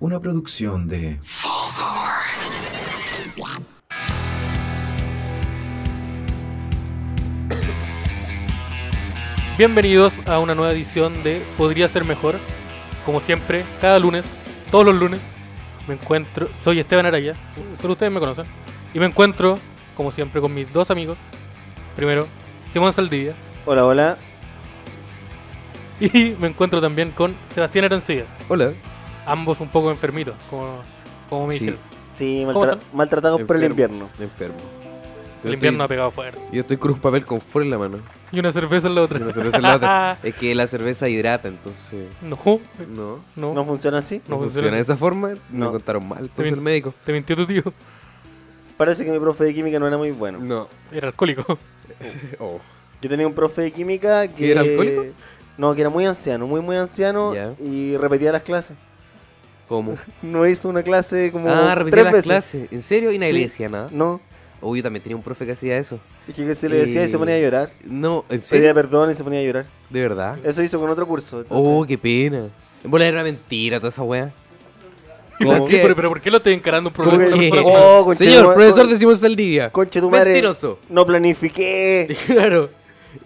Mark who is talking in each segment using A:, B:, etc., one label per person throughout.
A: Una producción de...
B: Bienvenidos a una nueva edición de Podría ser mejor. Como siempre, cada lunes, todos los lunes, me encuentro. Soy Esteban Araya, todos ustedes me conocen. Y me encuentro, como siempre, con mis dos amigos. Primero, Simón Saldivia.
C: Hola, hola.
B: Y me encuentro también con Sebastián Arancilla.
D: Hola.
B: Ambos un poco enfermitos, como, como me
D: Sí,
B: dijeron.
C: Sí,
B: ¿Cómo
C: maltra-
B: están?
C: maltratados por el
D: Enfermo.
C: invierno.
D: Enfermo. Yo
B: El invierno ha
D: estoy,
B: pegado fuerte.
D: yo estoy con un papel con fuera en la mano.
B: Y una cerveza en la otra.
D: y una cerveza en la otra. Es que la cerveza hidrata, entonces.
B: No,
D: No. No,
B: no,
C: ¿No funciona así?
B: No funciona.
D: funciona de esa forma. Me
C: No.
D: contaron mal. Entonces
B: bien.
D: el médico.
B: Te mintió tu tío.
C: Parece que mi profe de química no era muy bueno.
D: No.
B: Era alcohólico.
D: Oh.
C: Yo tenía un profe de química que...
D: ¿Que era alcohólico?
C: No, que era muy anciano, muy muy anciano
D: Ya.
C: y repetía las clases.
D: ¿Cómo?
C: No hizo una clase como
D: ah, repetía
C: tres
D: las
C: veces.
D: clases. ¿En serio? Y nadie
C: Sí.
D: le decía nada.
C: No,
D: Uy, yo también tenía un profe que hacía eso.
C: es que se le decía y se
D: Eh,
C: ponía a llorar.
D: No,
C: Pedía
D: ¿en serio?
C: perdón y se ponía a llorar.
D: ¿De verdad?
C: Eso hizo con otro curso. entonces-
D: Oh, qué pena. En bola era una mentira toda esa wea.
B: Pero,
D: ¿Cómo?
B: sí, pero, pero ¿por qué lo estoy encarando un
C: ¿Cómo
B: problema?
C: que-
B: con una persona
D: Sí.
B: con-
C: Oh, conche-
D: Señor,
C: con-
D: profesor
C: con-
D: de Simón Saldivia.
C: Conche tu madre.
D: Mentiroso.
C: No planifiqué.
D: Claro.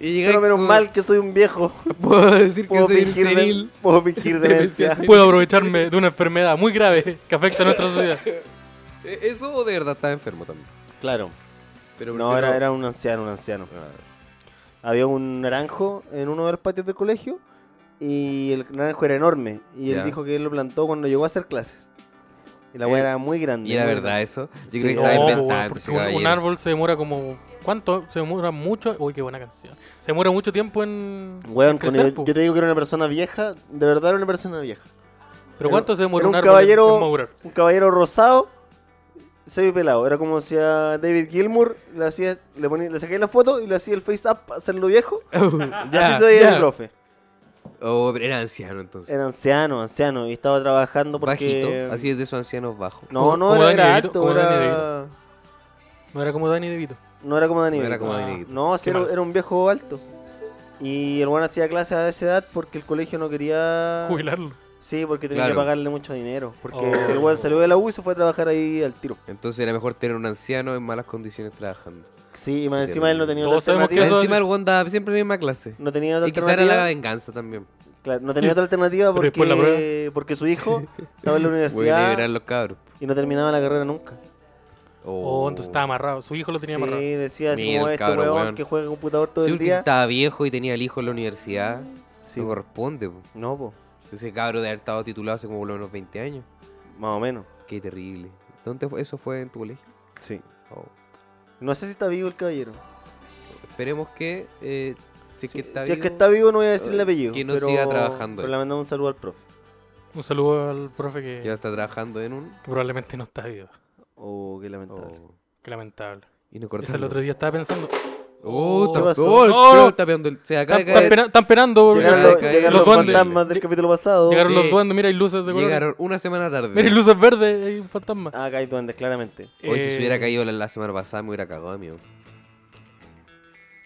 D: Y llegáis
C: Pero menos
D: con-
C: mal que soy un viejo.
D: Puedo decir que
C: Puedo
D: soy un
C: fingir, de-
D: senil.
C: puedo fingir demencia.
D: senil.
B: Puedo aprovecharme de una enfermedad muy grave que afecta a nuestra sociedad.
D: E- Eso de verdad estaba enfermo también.
C: Claro.
D: Pero
C: No,
D: prefiero-
C: era, era un anciano, un anciano.
D: Ah,
C: Había un naranjo en uno de los patios del colegio y el naranjo era enorme. Y él
D: Ya.
C: dijo que él lo plantó cuando llegó a hacer clases. Y la weá
D: Eh,
C: era muy grande.
D: y era
C: muy
D: verdad
C: grande.
D: eso. Yo
C: Sí, oh,
D: creo que
C: no,
D: estaba
B: po,
D: inventando.
B: Oh, weón, porque
D: ese
B: un- un,
D: caballero.
B: árbol se demora como. ¿Cuánto? Se demora mucho. Uy, qué buena canción. Se demora mucho tiempo en.
C: Weón,
B: en
C: cuando
B: crecer,
C: yo,
B: po.
C: yo te digo que era una persona vieja, de verdad era una persona vieja.
B: Pero ¿cuánto se demora
C: era
B: un,
C: un
B: árbol
C: caballero-
B: en madurar?
C: Un caballero rosado, se pelado. Era como si a David Gilmour le, hacía, le, ponía, le saqué la foto y le hacía el face up para hacerlo viejo.
D: Ya,
C: Así se veía
D: ya.
C: el profe.
D: Oh, pero era anciano entonces.
C: Era anciano, anciano, y estaba trabajando porque...
D: Bajito. Así es de esos ancianos bajos.
C: No,
B: Como-
C: no,
B: como
C: era,
B: Danny
C: era
B: DeVito,
C: alto,
B: como Danny
C: era...
B: No era como Danny DeVito.
C: No era como Danny
D: No era
C: DeVito.
D: como
B: Ah,
D: Danny DeVito.
C: No, sí,
B: Qué
C: era,
B: mal.
C: era un viejo alto. Y el bueno hacía clases a esa edad porque el colegio no quería...
B: Jubilarlo.
C: Sí, porque tenía
D: Claro.
C: que pagarle mucho dinero. Porque
B: Oh.
C: el buen salió de la U y se fue a trabajar ahí al tiro.
D: Entonces era mejor tener un anciano en malas condiciones trabajando.
C: Sí, y más
D: Qué
C: encima él no tenía otra
B: Todos sabemos que
C: alternativa.
B: eso-
D: Encima el Wanda siempre en la misma clase.
C: No tenía otra
D: Y quizá era la
C: alternativa.
D: venganza también.
C: Claro, no tenía otra alternativa
B: Pero después la
C: porque, porque su hijo estaba en la
D: Voy a
C: universidad
D: liberar los cabros.
C: y no terminaba la carrera nunca.
B: Oh, entonces estaba amarrado. Su hijo lo tenía
C: sí,
B: amarrado.
C: decía así
D: Mira
C: como
D: el
C: este
D: cabro,
C: weón
D: weón.
C: que juega computador todo
D: Sí,
C: el
D: porque si
C: día.
D: estaba viejo y tenía el hijo en la universidad.
C: Sí.
D: No corresponde. po.
C: No, po.
D: Ese cabro de haber estado titulado hace como por lo menos 20 años.
C: Más o menos.
D: Qué terrible. ¿Dónde fue? ¿Eso fue en tu colegio?
C: Sí.
D: Oh.
C: No sé si está vivo el caballero.
D: Esperemos que, eh, si es
C: Sí,
D: que está
C: si
D: vivo,
C: es que está vivo, no voy a decir el
D: eh,
C: apellido.
D: que no
C: pero-
D: siga trabajando
C: Pero
D: él.
C: le mandamos un saludo al profe.
B: Un saludo al profe que,
D: ya está trabajando en un...
B: que probablemente no está vivo.
C: Oh, qué lamentable.
D: Oh.
B: Qué lamentable.
D: Y no
B: Eso el
D: cortando.
B: otro día estaba pensando.
D: Oh,
C: ¿Qué
D: está,
C: pasó?
D: oh, el
B: Oh.
D: pro está pegando el- Se acaba
B: Están,
D: de caer.
B: pena- están penando. porque
C: Llegaron,
D: Acaba de
C: los,
D: caer.
C: llegaron
B: Los
C: los
B: duendes.
C: fantasmas del
B: Lleg-
C: capítulo pasado.
B: Llegaron
D: Sí.
B: los duendes. Mira, hay luces de color.
D: Llegaron una semana tarde.
B: Mira, hay luces verdes. Hay un fantasma.
C: Ah, acá hay duendes, claramente.
D: Hoy si
B: Eh,
D: se hubiera caído la, la semana pasada me hubiera cagado, amigo.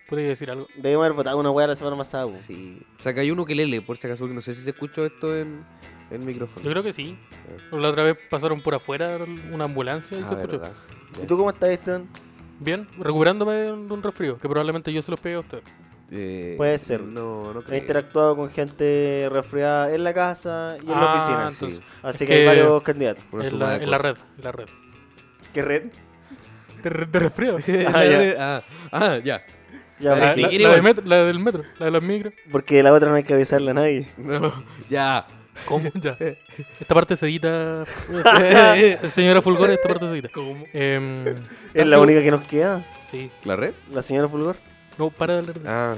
B: Podría decir algo.
C: Debimos haber votado una weá la semana
B: Oh.
C: pasada. po.
D: Sí. O sea, cayó uno que lele, por si acaso, porque no sé si se escuchó esto en en el micrófono.
B: Yo creo que sí. La otra vez pasaron por afuera una ambulancia y
D: Eh. Ah,
B: se escuchó.
D: verdad. Ya.
C: ¿Y tú cómo estás, Esteban?
B: Bien, recuperándome de un de un resfrío, que probablemente yo se los pegué a ustedes.
D: Eh,
C: Puede ser.
D: No, no
C: He
D: creo.
C: interactuado con gente resfriada en la casa y en la
B: Ah,
C: oficina.
B: entonces,
C: sí. Así
B: es
C: que hay
B: que-
C: varios candidatos.
D: Una
B: en,
D: suma
B: la,
D: de
B: en la
D: cosas.
B: red, en la red.
C: ¿Qué red?
B: De, re- de resfrío.
D: Ah, ya. Ah, ah, ya.
C: Ya,
D: La-
B: La,
C: porque,
B: la-
D: quiere
B: la del
D: igual.
B: metro, la del metro, la de las micros.
C: porque la otra no hay que avisarle a nadie.
D: No, ya.
B: ¿Cómo? Ya. Esta parte se edita. Se- Señora Fulgor, esta parte se edita. Em,
C: Es
B: ¿estás
C: la
B: seguro?
C: única que nos queda.
B: Sí.
D: ¿La red?
C: La señora Fulgor.
B: No, para de hablar de
D: Ah.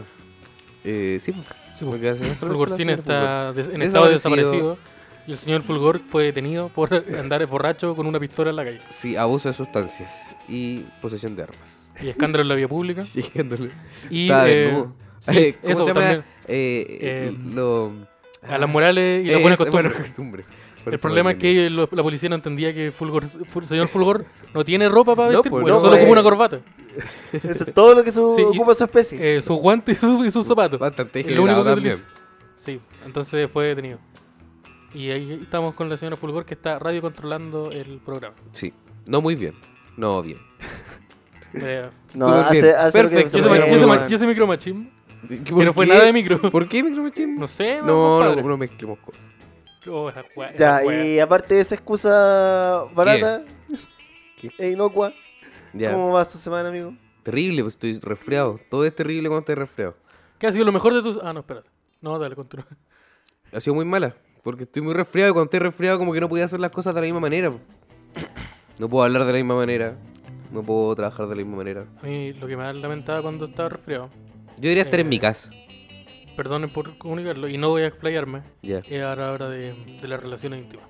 D: Eh, sí.
B: sí, pues.
D: Porque hace
B: Fulgorcín está des- en estado
D: Desaparecido.
B: desaparecido. Y el señor Fulgor fue detenido por andar borracho con una pistola en la calle.
D: Sí, abuso de sustancias y posesión de armas.
B: Y escándalo en la vía pública.
D: Siguiéndole.
B: Y
D: Está
B: eh,
D: desnudo.
B: sí,
D: Eh, ¿Cómo
B: eso
D: se llama?
B: también.
D: Eh,
B: Eh,
D: lo...
B: A las morales y las
D: Eh,
B: buenas
D: es-
B: costumbres.
D: buena costumbre. Por
B: El
D: eso
B: problema es
D: me olvidé.
B: que lo- la policía no entendía que Fulgor, Ful- señor Fulgor no tiene ropa para
D: No,
B: vestir,
D: pues,
B: pues,
C: no,
B: solo
C: pues.
B: como una corbata.
C: Eso es todo lo que su-
B: Sí, y-
C: ocupa su especie.
B: Eh, sus guantes y, su- y sus zapatos.
D: Bastante
B: Es lo único
D: equilibrado
B: que
D: también.
B: utiliza. Sí, entonces fue detenido. Y Y ahí estamos con la señora Fulgor que está radio controlando el programa.
D: Sí. No muy bien. No bien.
B: Eh,
C: No,
D: Súper
C: hace,
D: bien.
C: hace lo que
D: Perfecto.
C: se
B: yo
D: Eso
B: soy-
C: puede,
B: yo soy ma-
C: weón.
B: yo soy micromachismo.
D: ¿Por
B: Que no fue
D: qué?
B: nada de micro.
D: ¿Por qué micromachismo?
B: No sé,
D: No, no,
B: compadre.
D: no mezclemos cosas.
B: Oh, esa wea-
C: Ya,
B: esa wea.
C: y aparte de esa excusa barata
D: ¿Qué?
C: e inocua,
D: Ya.
C: ¿cómo va su semana, amigo?
D: Terrible, pues estoy resfriado. Todo es terrible cuando estoy resfriado.
B: ¿Qué ha sido lo mejor de tus.? Ah, no, espérate. No, dale, continúa.
D: Ha sido muy mala. Porque estoy muy resfriado y cuando estoy resfriado como que no podía hacer las cosas de la misma manera. po. No puedo hablar de la misma manera. No puedo trabajar de la misma manera.
B: A mí lo que me lamentaba cuando estaba resfriado,
D: Yo debería estar en mi
B: Eh.
D: casa.
B: perdonen por comunicarlo, y no voy a explayarme,
D: Ya.
B: es a la hora de, de las relaciones íntimas.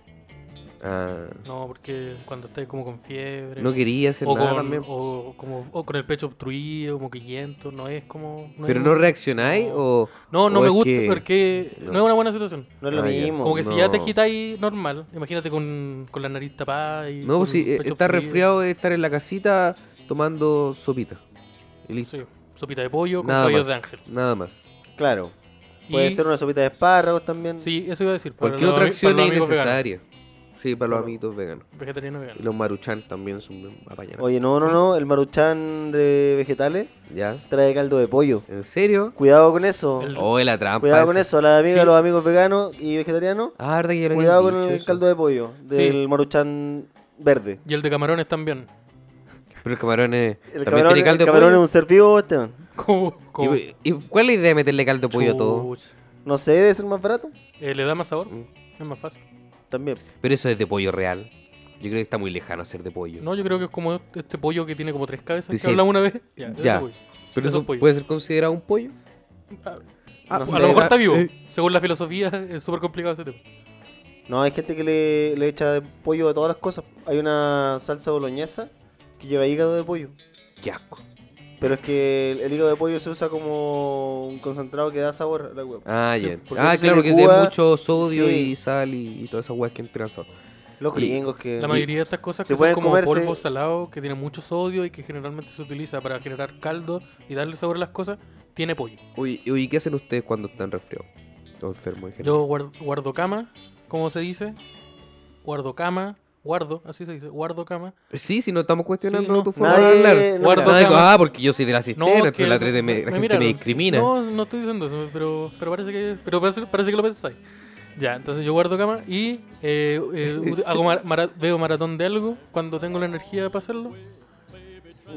D: Ah,
B: No, porque cuando estás como con fiebre,
D: no quería hacer
B: o,
D: nada
B: con,
D: también.
B: o, como, o con el pecho obstruido, como quillento, no es como. No es
D: Pero
B: un-
D: no reaccionáis o...
B: No, no
D: o
B: me
D: es
B: gusta
D: que-
B: porque no. es una buena situación.
C: No es lo
D: Ah, ya.
C: mismo.
B: Como que si ya te
D: no.
B: agitáis normal, imagínate con, con la nariz tapada y.
D: No,
B: con
D: pues si
B: el
D: eh,
B: pecho
D: estar
B: obstruido.
D: resfriado es estar en la casita tomando sopita. Y listo.
B: Sí, sopita de pollo con
D: Nada
B: cabellos
D: más.
B: de ángel.
D: Nada más.
C: Claro. Puede
B: Y-
C: ser una sopita de espárragos también.
B: Sí, eso iba a decir. para
D: Cualquier
B: los
D: otra
B: ami-
D: acción
B: para
D: es
B: los amigos veganos.
D: innecesaria. Sí, para los
B: Claro.
D: amiguitos veganos.
B: Vegetariano vegano.
D: Y los maruchan también son apañados.
C: Oye, no, no, no. El maruchán de vegetales
D: ¿Ya?
C: trae caldo de pollo.
D: ¿En serio?
C: Cuidado con eso.
B: El-
D: Oh, la trampa.
C: Cuidado con
D: esa.
C: eso. A las amigas,
B: Sí.
C: los amigos veganos y vegetarianos.
D: Ah, verdad que ya lo habían
C: Cuidado con
D: dicho
C: el
D: eso.
C: caldo de pollo del
B: Sí.
C: maruchán verde.
B: Y el de camarones también.
D: Pero el camarón es...
C: El
D: también
C: camarón,
D: tiene caldo
C: el
D: de
C: camarón es
D: pollo.
C: un ser vivo, Esteban.
B: Como, como
D: ¿Y, y cuál es la idea de meterle caldo de pollo a todo?
B: Chuch.
C: No sé, debe ser más barato.
B: Eh, ¿Le da más sabor?
D: Mm.
B: Es más fácil.
C: También.
D: Pero eso es de pollo real. Yo creo que está muy lejano hacer de pollo.
B: No, yo creo que es como este pollo que tiene como tres cabezas.
D: Sí,
B: Que
D: sí.
B: hablamos una vez. Ya.
D: Ya.
B: ese pollo.
D: Pero
B: eso
D: eso
B: es pollo.
D: puede ser considerado un pollo.
B: Ah,
C: Ah,
B: a
C: no
B: a
C: sé,
B: lo mejor
C: ah,
B: está vivo.
D: eh.
B: Según la filosofía, es súper complicado ese tema.
C: No, hay gente que le, le echa pollo a todas las cosas. Hay una salsa boloñesa que lleva hígado de pollo.
D: Qué asco.
C: Pero es que el, el hígado de pollo se usa como un concentrado que da sabor a la hueá.
D: Ah,
C: Sí,
D: ya.
C: porque
D: Ah,
C: eso se
D: claro, que
C: licúa,
D: tiene mucho sodio
C: sí.
D: y sal y, y todas esas weas que entran sal.
C: Los
D: Y-
C: gringos que...
B: La mayoría de estas cosas
C: se
B: que son
C: pueden
B: como
C: comerse-
B: polvo salado, que tiene mucho sodio y que generalmente se utiliza para generar caldo y darle sabor a las cosas, tiene pollo.
D: Oye, oye, ¿qué hacen ustedes cuando están resfriados? O enfermos en general.
B: Yo guardo, guardo cama, como se dice. Guardo cama, guardo, así se dice, guardo cama.
D: Sí, si no estamos cuestionando
B: Sí, no.
D: tu forma de
C: Nadie,
D: hablar.
C: no,
B: Guarda-
C: mira,
D: Nadie-
B: cama.
D: ah, porque yo soy de la cisterna,
B: que
D: entonces la, gente me, la gente me
B: miraron.
D: discrimina.
B: No, no estoy diciendo eso, pero, pero parece que pero parece, parece que lo pensáis. Ya, entonces yo guardo cama y eh, eh, ut- hago mara- mara- veo maratón de algo cuando tengo la energía para hacerlo.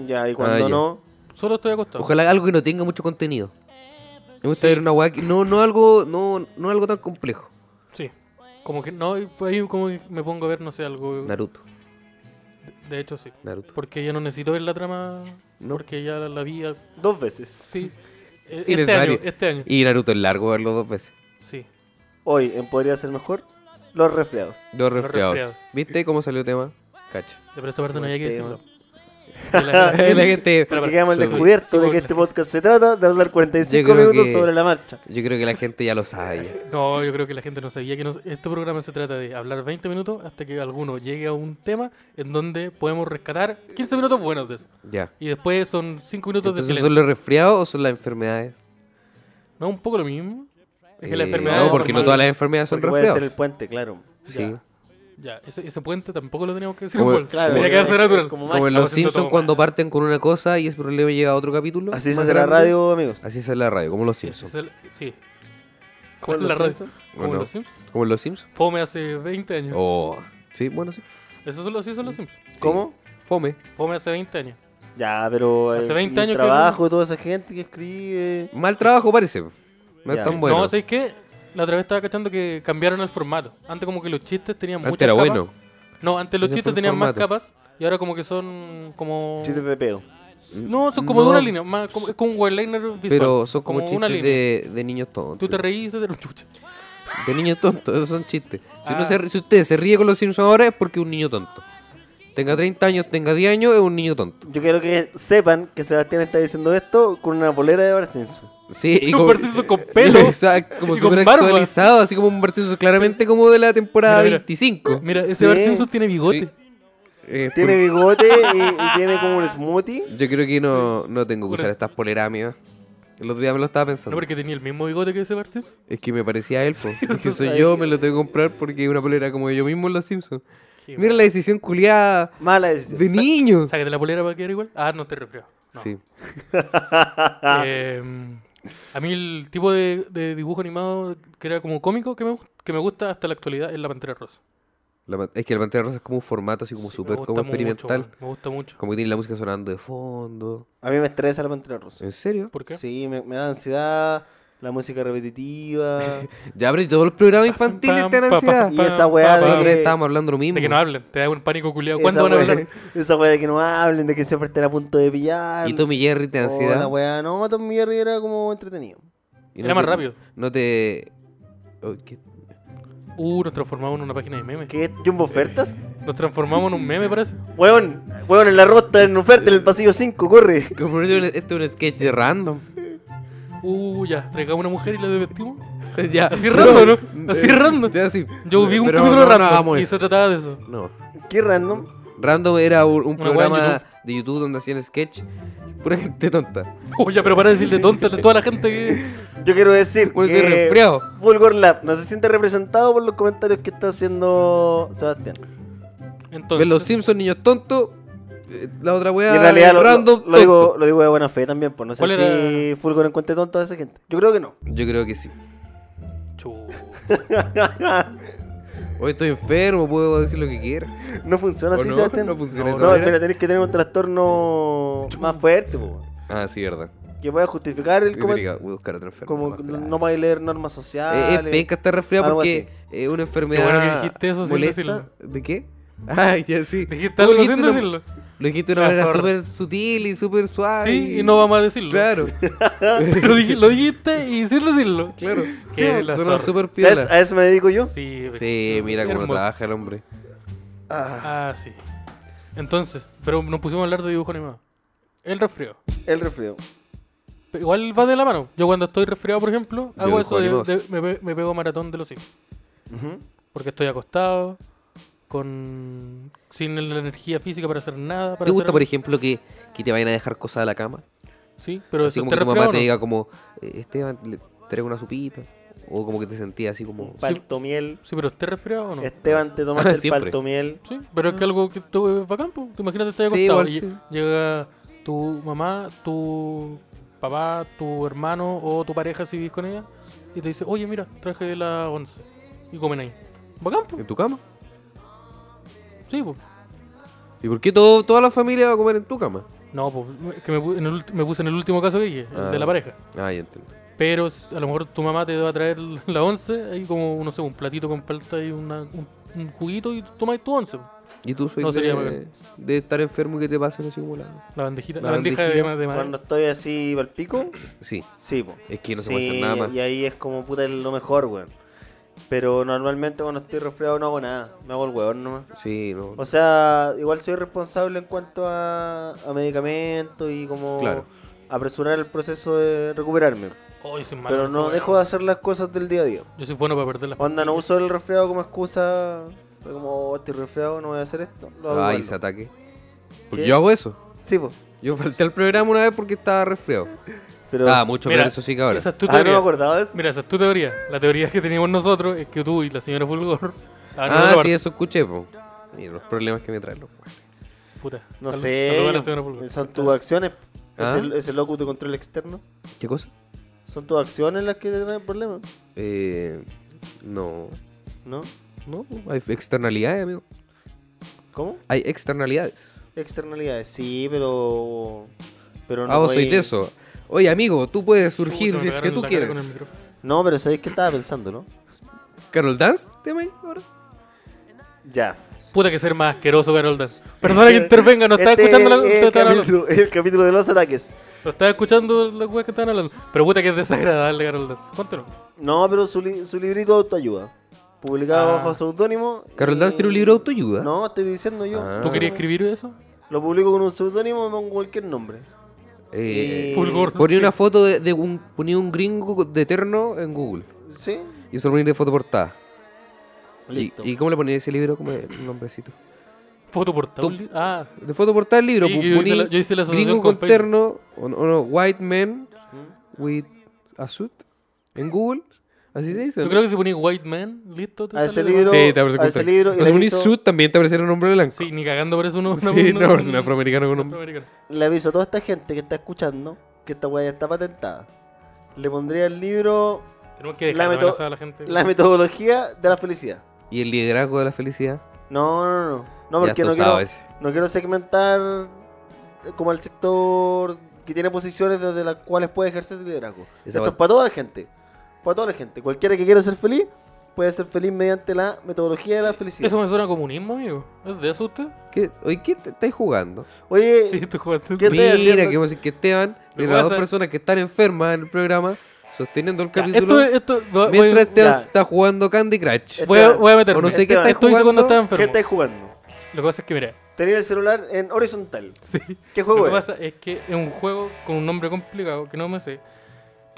C: Ya, y cuando
D: Ah, ya.
C: no...
B: Solo estoy acostado.
D: Ojalá algo que no tenga mucho contenido. Me gusta ver una weá que. No, no algo, no, no algo tan complejo.
B: Sí. Como que no, y pues ahí como que me pongo a ver, no sé, algo.
D: Naruto.
B: De hecho, sí.
D: Naruto.
B: Porque ya no necesito ver la trama,
D: No.
B: porque ya la, la vi, a-
C: Dos veces.
B: sí. Eh, Este
D: Innecesario.
B: año, este año.
D: Y Naruto es largo verlo dos veces.
B: Sí.
C: Hoy, en Podría Ser Mejor, los resfriados.
D: Dos
B: Los
D: resfriados.
B: resfriados.
D: ¿Viste cómo salió el tema? Cacha.
B: Ya, Pero esta parte no había que
C: Buen
B: decirlo. Que la-
D: La gente.
B: Espera,
C: Que
B: espera.
C: quedamos al
D: sí,
C: descubierto
B: sí,
C: de
B: porque
C: que
B: la-
C: este podcast se trata de hablar 45
D: Yo creo
C: minutos
D: que-
C: sobre la marcha.
D: Yo creo que la gente ya lo sabe. ya.
B: No, yo creo que la gente no sabía que nos- este programa se trata de hablar 20 minutos hasta que alguno llegue a un tema en donde podemos rescatar 15 minutos buenos de eso.
D: Ya.
B: Y después son 5 minutos de
D: Entonces,
B: silencio.
D: ¿son los resfriados o son las enfermedades?
B: ¿No es un poco lo mismo? Es que
D: Eh,
B: las enfermedades.
D: No, porque
B: son
D: no
B: más-
D: todas las enfermedades son
C: Porque puede ser el
D: resfriados.
C: puente, claro.
D: Sí.
B: Ya, ese, ese puente tampoco lo teníamos que decir.
D: Como-
B: Como,
C: Claro,
B: Tenía que darse
C: porque-
B: natural.
C: como
D: Como
C: magia.
D: en Los
B: Estamos haciendo
D: Simpsons
B: todo
D: cuando
B: mal.
D: parten con una cosa y ese problema llega a otro capítulo.
C: Así se
D: más
C: hace la
D: grande.
C: radio, amigos.
D: Así se hace la radio, como Los
B: Ese es
D: Simpsons.
B: el- Sí.
C: Como en
B: La
C: Los
B: radio.
C: Simpsons.
B: Como
D: ¿O no?
B: los Simpsons.
D: Como en Los Simpsons.
B: Fome hace 20 años.
D: Oh. Sí, bueno, sí.
B: Esos son los, sí son los Simpsons.
D: Sí.
C: ¿Cómo?
D: Fome.
B: Fome hace 20 años.
C: Ya, pero
B: Hace
C: eh,
B: 20
C: el
B: años que
C: trabajo, toda esa gente que escribe.
D: Mal trabajo parece. No
C: Ya.
D: es tan bueno.
B: No, ¿sabes qué? La otra vez estaba cachando que cambiaron el formato. Antes como que los chistes tenían
D: Antes
B: muchas
D: era
B: capas.
D: bueno.
B: No, antes los
D: Ese fue
B: chistes
D: el
B: tenían más
D: formato.
B: capas y ahora como que son como...
C: Chistes de peo.
B: No, son como de
D: No.
B: una línea, más, como, es como un one-liner visual.
D: Pero son como,
B: una
D: chistes
B: línea.
D: de, de niños tontos.
B: Tú te reís y se te lo chucha.
D: De niños tontos, esos son chistes. Si, uno
B: Ah.
D: se ri- si usted se ríe con los Simpsons ahora es porque es un niño tonto. Tenga 30 años, tenga 10 años, es un niño tonto.
C: Yo quiero que sepan que Sebastián está diciendo esto con una polera de Bart Simpson.
D: Sí, y
B: Un Bart Simpson con pelo.
D: Exacto, como
B: Y con
D: súper
B: barba.
D: actualizado, así como un Bart Simpson claramente como de la temporada
B: Mira, mira.
D: 25.
B: Mira, ese
C: Sí.
B: Bart Simpson tiene bigote.
D: Sí. Eh,
C: Tiene bigote y, y tiene como un smoothie.
D: por- Yo creo que no, no tengo que
B: Por
D: usar
B: eso.
D: estas poleras, amigas. El otro día me lo estaba pensando.
B: No, porque tenía el mismo bigote que ese Barcis.
D: Es que me parecía él, po. es que soy
C: sabes
D: yo,
C: que-
D: me lo tengo que comprar porque es una polera como yo mismo en Los Simpsons. Mira la decisión culiada
C: Mala decisión.
D: de niño.
B: Sácate la polera para quedar igual. Ah, no te refreo. No.
D: Sí.
C: Ah.
B: Eh, a mí el tipo de, de dibujo animado que era como cómico que me, gu- que me gusta hasta la actualidad es la Pantera Rosa.
D: La pan- es que la pantera rosa es como un formato así como
B: Sí, me
D: súper
B: gusta
D: como
B: mucho,
D: experimental.
B: weón, me gusta mucho.
D: Como que tiene la música sonando de fondo.
C: A mí me estresa la pantera rosa.
D: ¿En serio?
B: ¿Por qué?
C: Sí, me, me da ansiedad, la música repetitiva.
D: Ya, pero todos los programas
B: Pam,
D: infantiles
B: pam,
D: te
B: pa,
D: dan
B: pa,
D: ansiedad.
C: Y
B: pam,
C: esa weá
B: pa,
D: El
B: pa,
D: otro
C: de
D: día
C: que-
D: estábamos hablando lo mismo.
B: De que no hablen, te da un pánico culiado.
C: Esa
B: ¿Cuándo van a
C: weá-
B: hablar?
C: Esa weá de que no hablen, de que siempre estén a punto de pillar. Oh,
D: y Tommy Jerry te da ansiedad.
C: la weá, no, Tom Jerry era como entretenido.
D: Y
B: Era más
D: te-
B: rápido.
D: No te. Oh, ¿qué?
B: Uh, nos transformamos en una página de memes.
C: ¿Qué? ¿Jumbo ofertas?
B: Nos transformamos en un meme, parece.
C: Weón, weón, en la rota, en oferta, en el pasillo 5, corre.
D: Como por eso Esto es un sketch de random.
B: Uh, ya, traigamos una mujer y la desvestimos.
D: ya.
B: Así random, ¿no? Así
D: Eh,
B: random.
D: Ya, sí.
B: Yo vi un
D: Pero
B: capítulo
D: no, no
B: random
D: hagamos
B: y
D: eso.
B: se trataba de eso.
D: No.
C: Qué random.
D: Random era un,
B: Una
D: un
B: weá en
D: programa de YouTube donde hacían sketch. Pura gente tonta.
B: Oye, Oh, pero para decirle tonta a toda la gente que.
C: Yo quiero decir
D: Porque estoy
C: que
D: resfriado.
C: Fulgor Lab no se siente representado por los comentarios que está haciendo Sebastián.
D: Ven
B: Entonces,
D: los Simpsons, niños tontos. eh, La otra
C: Y
D: weá.
C: en realidad lo,
D: random
C: lo- lo digo,
D: tonto.
C: lo digo de buena fe también, pues no sé
B: ¿Cuál
C: si
B: era?
C: Fulgor encuentre tonto a esa gente. Yo creo que no.
D: Yo creo que sí.
B: Chu.
D: Hoy estoy enfermo, puedo decir lo que quiera.
C: No funciona
D: ¿O
C: así,
D: no?
C: Sebastián.
D: No funciona
C: No,
D: esa
C: no,
D: manera.
C: espera, tenés que tener un trastorno más fuerte, po,
D: Ah, sí, verdad.
C: que pueda justificar el
D: Yo
C: comentario.
D: diría, Voy a buscar otro enfermo.
C: Como
D: más
C: no-
D: claro.
C: no va a leer normas
D: Eh,
C: sociales.
D: es penca estar resfriado
C: Algo
D: porque
C: así.
D: es una enfermedad.
B: Qué bueno que dijiste eso sin
D: molesta. ¿De qué? Ah, ya sí.
B: Dijiste
D: Tú
B: algo
D: lo
B: sin
D: de una-
B: decirlo.
D: Lo dijiste de una
B: Ah,
D: manera
B: zorra.
D: súper sutil y súper suave.
B: Sí, y no vamos a decirlo.
D: Claro.
B: Pero dij- lo dijiste y sin decirlo. Claro.
D: Sí,
B: Que la
D: sonó
B: zorra.
D: súper
C: ¿Sabes?
D: piola.
C: A eso me dedico yo.
B: Sí,
D: Sí, mira cómo lo
B: hermoso.
D: trabaja el hombre.
B: Ah, sí. Entonces, pero nos pusimos a hablar de dibujo animado. El resfriado.
C: El resfriado.
B: Pero Igual va de la mano. Yo cuando estoy resfriado, por ejemplo,
D: Yo
B: hago
D: dibujo
B: eso de,
D: animados.
B: de- me, pe- me pego maratón de los Sims.
C: Ujú.
B: Porque estoy acostado, con sin la energía física para hacer nada. Para
D: ¿Te gusta,
B: hacer
D: por
B: algo.
D: ejemplo, que, que te vayan a dejar cosas a la cama?
B: Sí, pero
D: así
B: eso
D: como
B: te
D: que tu mamá
B: resfriado.
D: te
B: no?
D: diga como, eh, Esteban, le traigo una sopita. O como que te sentías así como...
C: Palto miel.
B: Sí, pero esté resfriado o no.
D: "Este-".
C: Esteban, te tomaste el
D: Siempre.
C: palto miel.
B: Sí, pero es que algo que tú es bacán, po. Tú imagínate, estás
D: Sí,
B: acostado
D: igual
B: y
D: sí.
B: llega tu mamá, tu papá, tu hermano o tu pareja si vivís con ella y te dice, oye, mira, traje la once y comen ahí. Bacán, po.
D: ¿En tu cama? Eh,
B: Sí, po.
D: ¿Y por qué todo, toda la familia va a comer en tu cama?
B: No, pues que me, pu- en el ulti- me puse en el último caso que dije, el
D: Ah.
B: de la pareja.
D: Ah, ya entiendo.
B: Pero s- a lo mejor tu mamá te va a traer la once, ahí como, no sé, un platito con palta y una- un, un juguito y tomáis tu once. pues. po.
D: ¿Y tú soy
B: No sería
D: de, de estar enfermo y que te pasen así como la...
B: La bandejita, la,
D: La
B: bandeja de,
D: bandejita.
B: ma- de madera.
C: Cuando estoy así pal pico,
D: Sí,
C: sí, po.
D: es que no se
C: Sí,
D: puede hacer nada más.
C: Y ahí es como puta es lo mejor, weón. Pero normalmente cuando estoy resfriado no hago nada, me hago el weón nomás.
D: Sí, no.
C: O sea, igual soy responsable en cuanto a, a medicamentos y como
D: Claro.
C: apresurar el proceso de recuperarme.
B: Oh, yo soy malo
C: pero
B: en esa
C: no
B: weá.
C: dejo de hacer las cosas del día a día.
B: Yo soy bueno para perder las
C: Onda, no uso el resfriado como excusa. Fue como, oh, estoy resfriado, no voy a hacer esto. Lo hago
D: Ay,
C: igual.
D: ese ataque.
C: ¿Qué?
D: Porque yo hago eso.
C: Sí, po.
D: Yo falté al programa una vez porque estaba resfriado.
C: Pero...
D: ah, mucho
B: Mira,
D: peor eso sí que ahora.
B: Esa es tu
C: Ah, no me
B: teoría.
C: acordaba de eso.
B: Mira, esa es tu teoría. La teoría que teníamos nosotros es que tú y la señora Fulgor. estaban en
D: Ah,
B: otro bar.
D: sí, eso escuché, po. Mira, los problemas que me traen los weones.
B: Puta.
C: No
B: Salud- saluda a la señora Fulgor.
C: sé, eh, son tus acciones.
D: Ah.
C: ¿Es, el, es el locus de control externo.
D: ¿Qué cosa?
C: Son tus acciones las que te traen problemas,
D: Eh, no.
C: ¿no?
D: No, hay externalidades, amigo.
C: ¿Cómo?
D: Hay externalidades.
C: Externalidades, sí, pero. Pero no.
D: ah, vos sois
C: podéis-
D: de eso. Oye, amigo, tú puedes
B: Puta,
D: surgir
B: me
D: si es que
B: pegaron
D: tú
B: la cara
D: quieres.
B: con el micrófono.
C: No, pero sabéis que estaba pensando, ¿no?
D: ¿Carol Dance? ¿Te me ahora?
C: Ya.
B: Puta que ser más asqueroso, Carol Dance. Perdona que intervenga, no estaba
C: Este
B: escuchando la
C: es
B: ustedes
C: el,
B: estaban hablando.
C: capítulo, el capítulo de los ataques.
B: No estaba escuchando las weas que estaban hablando. Pero puta que es desagradable, Carol Dance. Cuéntelo.
C: No, pero su, li- su librito de autoayuda. Publicado
B: Ah.
C: bajo seudónimo.
D: ¿Carol
C: y-
D: Dance tiene un libro de autoayuda?
C: No, estoy diciendo yo.
D: Ah.
B: ¿Tú
D: Ah.
B: querías escribir eso?
C: Lo publico con un seudónimo y pongo cualquier nombre.
D: Eh,
C: Eh,
B: Fulgor.
D: ponía una foto de, de un, ponía un gringo de terno en Google.
C: Sí.
D: Y se lo ponía de foto portada. ¿Y,
C: Listo.
D: y cómo le ponía ese libro? Como el nombrecito.
B: Foto portable. Ah,
D: De foto portada el libro.
B: Sí,
D: pues, pu-
B: que yo hice
D: poní
B: la- yo hice la asociación
D: gringo
B: con
D: con
B: Facebook.
C: ¿Mm?
D: terno, o, no- o no, white man, with a suit en Google. Así se dice.
B: Yo
D: ¿no?
B: creo que si ponís White Man, listo. te
C: A ese
B: sale la-
C: libro.
D: Sí, te aparece
C: a
D: con
C: ese
D: tal.
C: libro. y
D: Pero
C: la
D: si ponís
C: hizo-
D: suit, también te aparecerá un hombre blanco.
B: Sí, ni cagando por eso uno.
D: Sí, no, es un afroamericano con un-
B: afroamericano.
C: le aviso a toda esta gente que está escuchando que esta weá ya está patentada. Le pondría el libro
B: Tenemos que
C: La
B: dejar
C: meto-
B: amenazada a la gente.
C: La metodología de la felicidad.
D: Y el liderazgo de la felicidad.
C: No, no, no. No,
D: ya
C: porque
D: está
C: no
D: usado
C: quiero,
D: ese.
C: no quiero segmentar eh, como el sector que tiene posiciones desde las cuales puede ejercer su liderazgo.
D: Esa
C: Esto
D: va-
C: es para toda la gente. Para toda la gente. Cualquiera que quiera ser feliz puede ser feliz mediante la metodología de la felicidad.
B: Eso me suena a comunismo, amigo. ¿Es de eso usted?
D: ¿Qué, oye, ¿qué te estáis jugando?
C: Oye,
B: Sí, tú jugaste.
C: ¿Qué estoy
D: Mira,
C: haciendo?
D: que, vamos a decir que Esteban, de
B: Lo
D: las
B: que
D: dos
B: pasa-
D: personas que están enfermas en el programa, sosteniendo el
B: Ya,
D: capítulo,
B: Esto, esto, voy- voy,
D: mientras Esteban
C: Ya. Eh,
D: está jugando Candy Crush.
B: voy, a- voy a meterme.
D: O no sé qué
C: Esteban,
D: estáis
B: esto hice cuando
D: jugando.
B: estaba
C: ¿qué
B: enfermo.
C: estáis jugando?
B: Lo que pasa es que, mira,
C: Tenía el celular en horizontal.
B: sí.
C: ¿Qué
B: Lo
C: juego
B: que
C: es?
B: pasa es que es un juego con un nombre complicado que no me sé.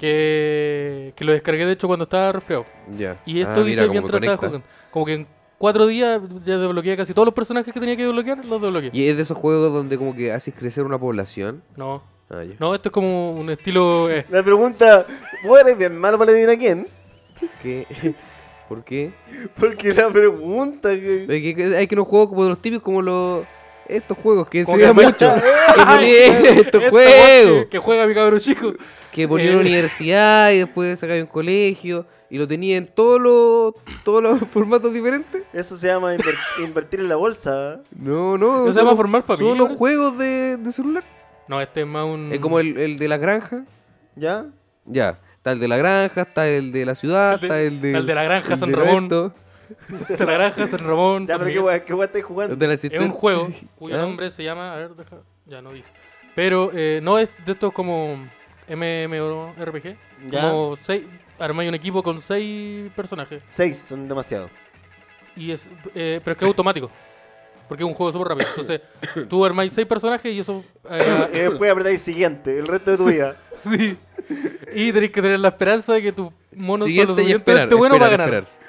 B: Que, que lo descargué, de hecho, cuando estaba resfriado.
D: Ya.
B: Y
D: Ah,
B: esto
D: mira
B: hice
D: cómo
B: mientras estaba
D: conecta.
B: jugando. Como que en cuatro días ya desbloqueé casi todos los personajes que tenía que desbloquear, los desbloqueé.
D: Y es de esos juegos donde como que haces crecer una población.
B: No,
D: Ah, ya.
B: no, esto es como un estilo. eh,
C: La pregunta, vos eres bien malo para adivinar quién.
D: ¿Qué? ¿Por qué?
C: Porque la pregunta que...
D: Hay que, que- hay que no juegos como los típicos, como los... Estos juegos que se
B: que
D: dan mucho. Que ponían estos
B: este
D: juegos.
B: weón Que, que juega mi cabrón chico.
D: Que ponía una
B: Eh.
D: universidad y después sacaba un colegio y lo tenía en todos los todos los formatos diferentes.
C: Eso se llama inver- invertir en la bolsa.
D: No, no.
B: ¿No se
D: son
B: llama
D: los-
B: formar familia,
D: Son los
B: parece?
D: juegos de, de celular.
B: No, este es más un.
D: Es como el, el de la granja.
C: ¿Ya?
D: Ya. Está el de la granja, está el de la ciudad,
B: El de-
D: está el de.
B: el de la granja,
D: el
B: San
D: de
B: Ramón.
D: esto,
B: San Granja, San Ramón.
C: Ya,
B: San
C: pero qué
B: Miguel.
C: guay, qué guay estáis
D: el
C: jugando.
D: de la
B: Es
D: cisterna.
B: un juego cuyo
D: ¿Ah?
B: nombre se llama. A ver, deja. Ya no dice. Pero eh, no es de estos como MMORPG.
C: Ya.
B: Como seis. Armáis un equipo con seis personajes.
C: Seis, son demasiados.
B: Y es, eh, pero es que es automático. Porque es un juego súper rápido. Entonces, tú armáis seis personajes y eso. eh,
C: Y después apretáis siguiente, el resto de tu vida.
B: Sí. Y tenés que tener la esperanza de que tus monos son lo
D: Siguiente y
B: suficientemente
D: esperar.
B: buenos
D: esperar,
B: para ganar.
D: esperar.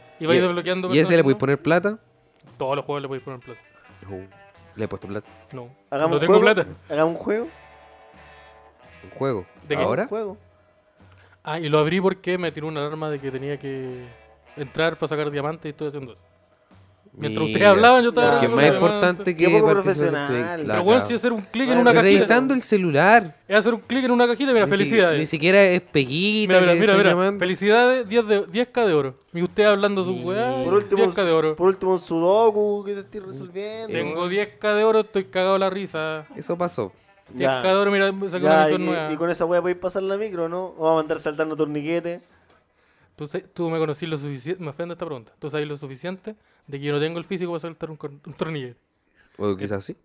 C: Ya.
B: Y vais
D: Y- e-
B: desbloqueando
D: Y ese
B: personajes
D: le podéis
B: nuevos.
D: poner plata.
B: Todos los juegos le podéis poner plata.
D: Oh, Le he puesto plata.
B: No.
C: Hagamos
B: no
C: un
B: tengo
C: juego.
B: plata.
C: Hagamos un juego.
D: Un juego.
B: ¿De qué?
C: Un
D: Ahora.
C: juego.
B: Ah, y lo abrí porque me tiró una alarma de que tenía que entrar para sacar diamantes y estoy haciendo eso. Mientras ustedes
D: Mira.
B: hablaban, yo estaba.
C: Claro,
D: Que es
B: agarrando
D: más
B: los
D: importante
B: diamantes.
D: que
C: Qué poco
D: participar en el
C: profesional.
D: proyecto. La
B: Pero weón,
D: cago.
B: si hacer un clic
C: Madre,
B: en una
C: pero
B: cajita.
D: Revisando el celular.
B: Es hacer un clic en una cajita, mira,
D: Ni si-
B: felicidades.
D: Ni siquiera es peguita.
B: Mira, mira,
D: que
B: mira,
C: este
D: están
B: mira.
D: llamando.
B: Felicidades, 10 de, 10k de oro. Y usted hablando su
D: Mira.
B: weá,
C: Por último,
B: 10k de oro.
C: por último un sudoku que te estoy resolviendo.
B: Tengo 10k de oro, estoy cagado de la risa.
D: Eso pasó.
C: Ya.
B: 10k de oro, mira, saqué
C: Ya,
B: una misión nueva.
C: y, y con esa wea podéis pasar la micro, ¿no? O vamos a andar saltando torniquetes.
B: ¿Tú, se- tú me conocís lo suficiente, me ofende esta pregunta. ¿Tú sabes lo suficiente de que yo no tengo el físico para saltar un, cor- un tornillete? Eh,
D: O quizás sí.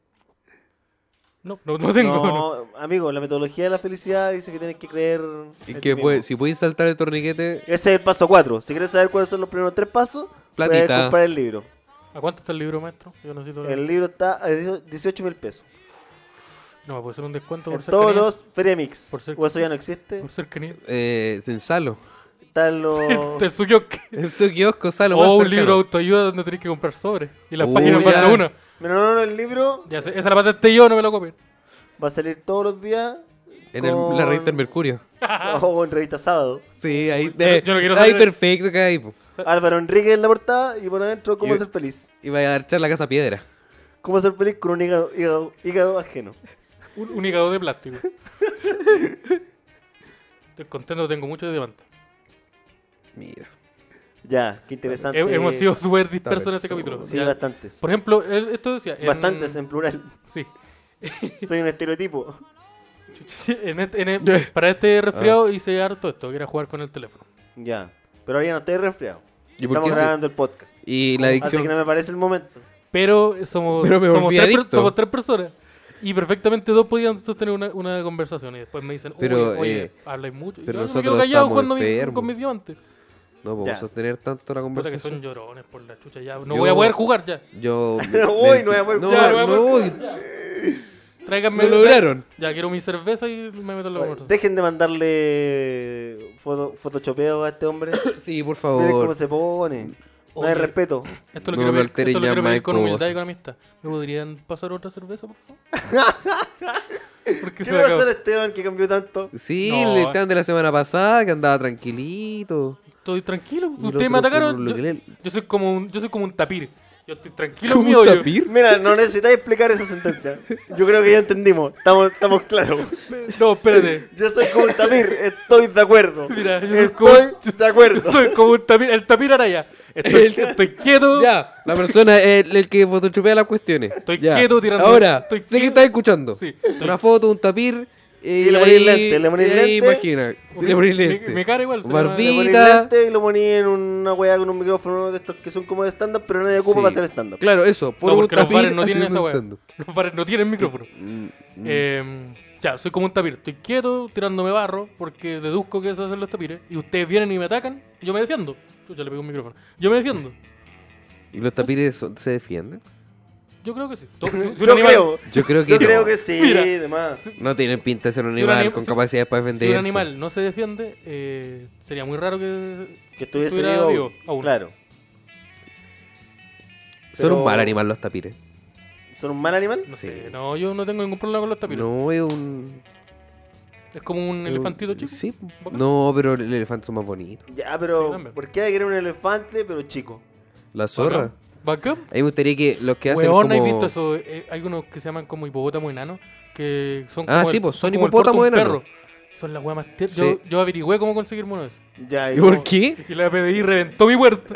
B: No, no, no tengo. no.
C: no, amigo, la metodología de la felicidad dice que tienes que creer.
D: Y
C: en
D: que
C: ti
D: puede-
C: mismo.
D: si puedes saltar el torniquete,
C: Ese es el paso 4. Si quieres saber cuáles son los primeros tres pasos, puedes
D: Platita.
C: comprar el libro.
B: ¿A cuánto está el libro, maestro? Yo necesito.
C: El libro está a 18 mil pesos.
B: No, me puede ser un descuento por
C: En
B: ser
C: todos
B: canino?
C: los Feriamix.
B: Por ser-
C: O eso ya no existe.
B: Por ser canino.
D: eh, en Salo.
C: Están los.
B: El su kiosque.
D: En su kiosco, Salo. más
B: O un
D: cercano.
B: libro de autoayuda donde tenés que comprar sobres. Y las
D: Uh,
B: páginas
D: ya.
B: más de una.
C: Mira, no, no, el libro
B: Ya sé, esa la patente yo, no me lo copien.
C: va a salir todos los días.
D: En el- la revista del Mercurio.
C: Mercurio. O en revista sábado.
D: Sí, ahí. eh,
B: yo no quiero
D: ahí
B: saber-
D: perfecto que ahí. po.
C: Álvaro Enrique en la portada y por adentro, ¿cómo
D: Y-
C: ser feliz?
D: Y vaya a echar la casa a piedra.
C: ¿Cómo ser feliz con un hígado, hígado, hígado ajeno?
B: Un, un hígado de plástico. Estoy contento, tengo muchos diamantes.
D: Mira.
C: Ya, qué interesante.
B: He- hemos sido súper dispersos en este
D: persona.
B: capítulo.
C: Sí,
B: Ya.
C: bastantes.
B: Por ejemplo, él- esto decía. en-
C: Bastantes eh. en plural.
B: Sí.
C: Soy un estereotipo.
B: En este- en el- para
D: Ah.
B: este resfriado hice harto esto, que era jugar con el teléfono.
C: Ya. Pero ahora ya no estoy resfriado.
D: ¿Y por
C: Estamos
D: qué se-
C: grabando el podcast.
D: Y la
C: Así
D: adicción.
C: que no me parece el momento.
B: Pero somos,
D: Pero me
B: somos,
D: volví
B: tres, per-
D: adicto.
B: somos tres personas. Y perfectamente dos podían sostener una, una conversación. Y después me dicen,
D: Pero,
B: oye, oye
D: eh,
B: habláis mucho. Y yo
D: pero
B: me quedo
D: nosotros
B: callado
D: estamos
B: jugando mi-
D: enfermos.
B: con mis diamantes.
D: No
C: Ya.
D: podemos sostener tanto la
B: Puta que son
D: conversación.
B: llorones por la chucha. Ya, no
D: Yo-
B: voy a poder jugar ya.
D: Yo.
C: Uy, no voy a poder
D: No,
B: jugar. Ya, no voy a
D: no,
B: Tráiganme.
D: Me lograron.
B: Ya quiero mi cerveza y me meto en la conversación.
C: Dejen de mandarle foto, photoshopeo a este hombre.
D: Sí, por
C: Miren cómo
D: favor.
C: se pone. No
B: Oye.
C: hay respeto.
B: Esto lo
D: No
B: quiero
D: me
B: pedir,
D: alteres
B: esto lo
D: ya,
B: quiero pedir
D: Mike
B: con humildad
D: Bobosa.
B: y con amistad. ¿Me podrían pasar otra cerveza, por favor? ¿Por qué
C: ¿Qué
B: se
C: le
B: la
C: pasó
B: acabó?
C: a Esteban que cambió tanto?
D: Sí,
B: No.
D: el stand de la semana pasada que andaba tranquilito.
B: Estoy tranquilo.
D: Y el
B: Ustedes
D: otro
B: me
D: con
B: atacaron.
D: lo que
B: Yo,
D: le-
B: yo soy como un, yo soy como un tapir. Yo estoy tranquilo en mi hoyo.
C: Mira, no necesitáis explicar esa sentencia. Yo creo que ya entendimos. Estamos, estamos claros.
B: No, espérate.
C: Yo soy como un Tamir. Estoy de acuerdo.
B: Mira, yo soy
C: Estoy
B: como-
C: de acuerdo.
B: Soy como un tapir. El tapir araya. Estoy, estoy quieto.
D: Ya, la persona es el, el que photoshopea las cuestiones.
B: Estoy
D: Ya.
B: quieto tirando-
D: Ahora,
B: estoy
D: sé que
B: quieto.
D: estás escuchando.
B: Sí.
D: Una foto, un tapir. eh,
C: Y le ponís lente, le ponís
D: y ahí
C: lente.
D: imagina. Le ponís
B: Me-
D: lente.
B: me cara igual, se
C: Le
D: Barbie-
C: poní
D: Vida.
C: lente y lo poní en una weá con un micrófono de estos que son como de stand-up, pero nadie ocupa
D: Sí.
C: para hacer stand-up.
D: Claro, eso. Pon
B: No,
D: un
B: porque los
D: tapir
B: bares no tienen
D: haciendo
B: esa weá.
D: stand-up.
B: Los bares no tienen micrófono.
C: Mm.
B: Eh, ya, soy como un tapir. Estoy quieto tirándome barro porque deduzco que se hacen los tapires. Y ustedes vienen y me atacan. Yo me defiendo. Chucha, le pego un micrófono. Yo me defiendo.
D: ¿Y los tapires son- se defienden?
B: Yo creo que sí. To- si- si un
C: Mm. Yo
B: animal-
C: creo.
D: Yo creo que
C: Yo
D: no.
C: creo que sí,
B: Mira.
C: demás.
D: No tienen pinta de ser un
B: Si un
D: animal
B: anim-
D: con
B: si-
D: capacidad para
B: Si
D: defenderse.
B: un animal no se defiende, eh, sería muy raro que.
C: Que estuviese
B: Estuviera
C: vivo.
B: vivo, aún.
C: Claro.
D: Son un
C: Pero-
D: mal animal los tapires.
C: ¿Son un mal animal?
B: No
D: Sí.
B: sé, no, yo no tengo ningún problema con los tapiros.
D: No es un.
B: Es como un
D: es un-
B: elefantito chico.
D: Sí.
B: Bacán.
D: No, pero el elefante son más bonitos.
C: Ya,
B: Sí,
C: pero
B: también.
C: ¿por qué hay que querer un elefante pero chico?
D: La zorra.
B: Bacán. Bacán.
D: A mí me gustaría que los que hacen
B: Weón, ¿has
D: como...
B: visto eso? Eh, hay unos que se llaman como hipopótamos enanos. Que son
D: Ah,
B: como
D: sí,
B: el-
D: pues, son
B: como el porte de un
D: hipopótamos enanos.
B: perro. Son las weas más ter-
D: Sí.
B: yo, yo averigüé cómo conseguir uno de esos.
C: Ya,
D: ¿Y por qué?
B: Y la PDI reventó mi puerta.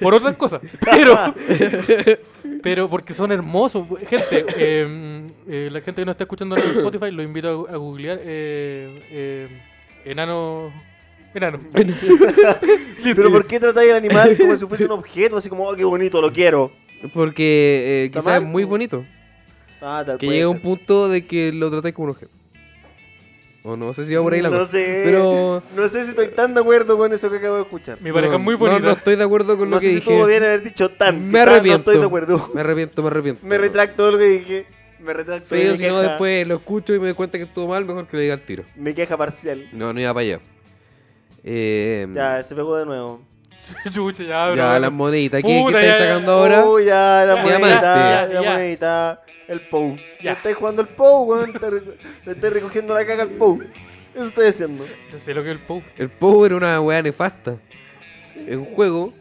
B: Por otras cosas. Pero. pero porque son hermosos. Gente, eh, eh, la gente que nos está escuchando ahora en Spotify, los invito a, a googlear. eh, eh, enano. Enano.
C: ¿Pero por qué tratáis al animal como si fuese un objeto? Así como, oh, qué bonito, lo quiero.
D: Porque eh,
C: ¿Está
D: quizás es
C: mal?
D: muy bonito.
C: Ah, tal
D: Que
C: puede
D: llegue a un
C: ser.
D: punto de que lo tratáis como un objeto. O no sé si va por ahí la
C: no
D: cosa.
C: Sé,
D: Pero...
C: No sé si estoy tan de acuerdo con eso que acabo de escuchar.
B: Mi pareja
D: no,
B: es muy
D: no,
B: bonita.
D: No, estoy de acuerdo con
C: No
D: lo que
C: sé si
D: dije.
C: estuvo bien haber dicho tan.
D: me
C: quizás
D: arrepiento.
C: No estoy de acuerdo.
D: Me arrepiento, me arrepiento.
C: Me retracto de lo que dije. Me retracto
D: Sí,
C: de mi
D: o si no,
C: queja.
D: después lo escucho y me doy cuenta que estuvo mal, mejor que le diga al tiro.
C: Mi queja parcial.
D: No, no iba para allá. Eh,
C: Ya, se pegó de nuevo.
B: Chucha, ya,
D: ya,
B: bro.
D: las moneditas. ¿Qué,
B: Ah, Puta,
D: qué
B: ya,
D: estáis
B: ya,
D: sacando ahora?
C: Uy, ya, la
B: Ya,
C: monedita,
D: ya,
B: ya,
C: la
B: ya.
C: monedita, el POU.
B: Ya.
C: Ya. Estáis jugando el POU, weón. te reco- Le estáis recogiendo la caca al POU. Eso estoy haciendo.
B: Yo sé lo que es el Pou.
D: El Power era una weá nefasta. Es un juego.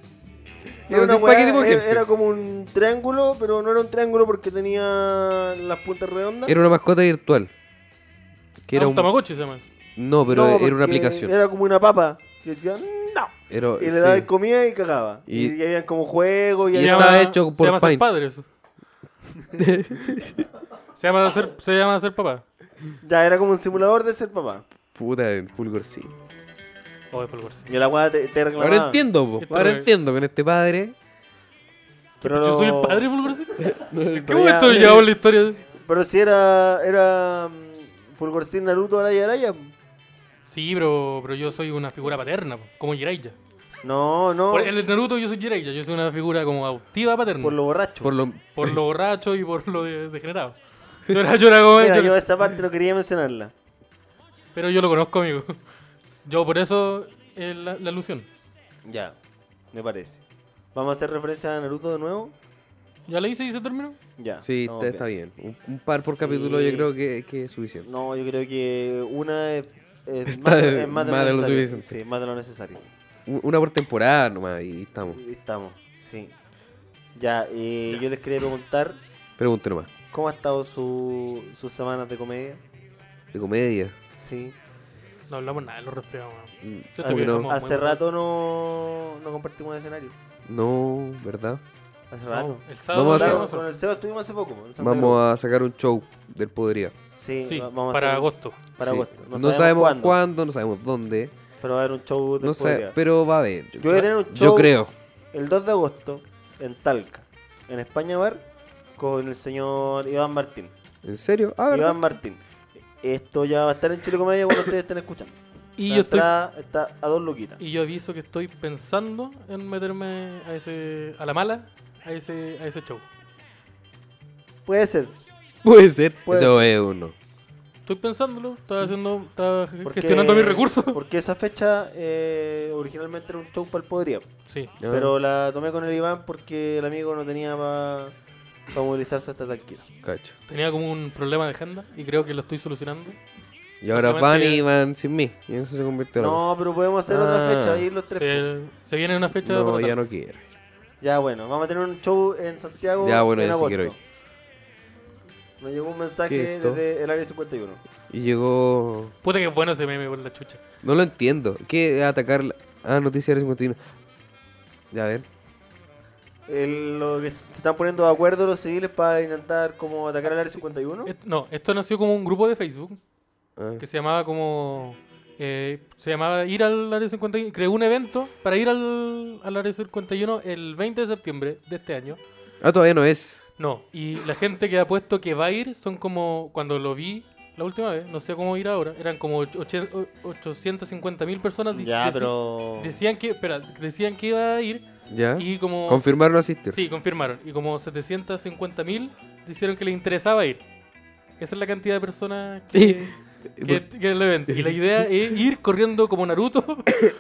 C: Era,
D: Era
C: una
D: así, ¿pa' qué
C: weá-
D: tipo de
C: era-
D: gente?
C: era como un triángulo, pero no era un triángulo porque tenía las puntas redondas.
D: Era una mascota virtual.
B: Ah,
D: Que era
B: un,
D: un...
B: Tamagotchi se llama.
D: No, pero
C: No,
D: era
C: porque
D: una aplicación.
C: Era como una papa. Y decían, no.
D: Era-
C: Y
D: sí.
C: le daban comida y cagaba.
D: Y-
C: Y, y habían como juegos y,
D: Y
C: había-
D: estaba hecho
B: se
D: por
B: llama ser
D: Paint.
B: padre eso. se, llama ser, se llama ser papá.
C: ya era como un simulador de ser papá.
D: Puta, en Fulgor sí.
B: Oh, de Fulgor, sí.
C: Y la weá te, te reclamaba.
D: Ahora entiendo, po.
B: Esto
D: ahora
B: es-
D: entiendo con este padre.
C: Pero,
B: Yo soy el
C: lo-
B: padre de Fulgor. sí. ¿En qué
C: Pero
B: momento
C: ya-
B: llevamos la historia? de-
C: Pero si era. Era. mm, Fulgorcín Naruto Araya Araya.
B: Sí, pero, pero yo soy una figura paterna, po, como Jiraiya.
C: No, no.
B: Por el Naruto yo soy Jiraiya, yo soy una figura como adoptiva paterna.
C: Por lo borracho.
D: Por lo...
B: por lo borracho y por lo de- degenerado. Yo era, yo era como-
C: Mira,
B: yo-
C: yo esa parte no quería mencionarla.
B: Pero yo lo conozco, amigo. Yo por eso eh, la, la alusión.
C: Ya, me parece. ¿Vamos a hacer referencia a Naruto de nuevo?
B: ¿Ya la hice y se terminó?
C: Ya.
D: Sí,
C: estamos
D: está, está bien. Un, un par por capítulo yo creo que, que es suficiente.
C: No, yo creo que una es, es
D: Está
C: más, de,
D: de-
C: es más de
D: más de
C: lo
D: lo
C: necesario.
D: suficiente.
C: Sí, más de lo necesario.
D: Un- Una por temporada nomás y estamos.
C: Estamos, sí. Ya, eh, yo les quería preguntar
D: Pregunte nomás.
C: cómo ha estado su, sus semanas de comedia.
D: De comedia.
C: Sí.
B: No hablamos nada de los resfriados, weón.
D: Mm,
B: Yo
C: Ah,
B: estoy
D: no.
B: enfermo,
C: Hace
B: weón.
C: rato no, no compartimos escenario.
D: No, ¿verdad?
C: Hace
B: No,
C: rato.
B: el sábado
D: Vamos
B: pasado,
D: a
C: Claro,
D: hacer-
B: no
C: con el SEO estuvimos hace poco. en Santa
D: Vamos a sacar un show del Podería.
C: Cruz. Sí,
B: Sí,
C: va- vamos a
B: para
C: hacer-
B: agosto.
C: Para
D: Sí.
C: agosto.
D: No, sabemos, cuándo. no sabemos dónde.
C: Pero va a haber un show de
D: No sabe-
C: poesía.
D: pero va a haber.
C: Yo voy a tener un
D: Yo
C: show
D: creo.
C: el 2 de agosto en Talca, en España Bar, con el señor Iván Martín.
D: ¿En serio? Ah, ¿verdad?
C: Iván Martín. Esto ya va a estar en Chile Comedia cuando ustedes estén escuchando.
B: Y
C: La
B: yo, estoy,
C: entrada está a dos luquitas.
B: y yo aviso que estoy pensando en meterme a ese a la mala, a ese, a ese show.
C: Puede ser.
D: Puede ser.
C: Puede
D: Eso es uno.
B: Estoy pensándolo, estaba haciendo, estaba ge-
C: Mm. Porque,
B: gestionando mis recursos.
C: Porque esa fecha eh, originalmente era un show para el Podría.
B: Sí.
D: Ah,
C: Pero la tomé con el Iván porque el amigo no tenía para para movilizarse hasta Talquira.
D: Cacho.
B: Tenía como un problema de agenda y creo que lo estoy solucionando.
D: Y ahora van
B: Justamente-
D: y van sin mí. Y eso se convirtió en algo.
C: No, pero podemos hacer otra
D: Ah.
C: fecha ahí los tres.
B: Se, se viene una fecha
D: No,
B: por lo
D: ya
B: tanto.
D: no quiero.
C: Ya bueno, vamos a tener un show en Santiago
D: Ya, bueno,
C: en
D: ya sí
C: agosto.
D: quiero ir.
C: Me llegó un mensaje
D: Listo.
C: desde el área 51.
D: Y llegó.
B: Puta que es bueno ese meme por la chucha.
D: No lo entiendo. ¿Qué atacar? la- Ah, noticia del 51. Ya, a ver.
C: El- lo que se están poniendo de acuerdo los civiles para intentar como atacar al área 51.
B: Et- no, esto nació como un grupo de Facebook
D: Ah,
B: que se llamaba como. eh, se llamaba Ir al Área 51. Creó un evento para ir al, al Área 51 el 20 de septiembre de este año.
D: Ah, todavía no es.
B: No, y la gente que ha puesto que va a ir son como, cuando lo vi la última vez, no sé cómo ir ahora, eran como 850 mil personas. di- deci-
C: pero.
B: Decían que, espera, decían que iba a ir
D: Ya.
B: y como...
D: Confirmar no asistir.
B: Sí, confirmaron. Y como 750 mil dijeron que les interesaba ir. Esa es la cantidad de personas que... Que, que el evento. Y la idea es ir corriendo como Naruto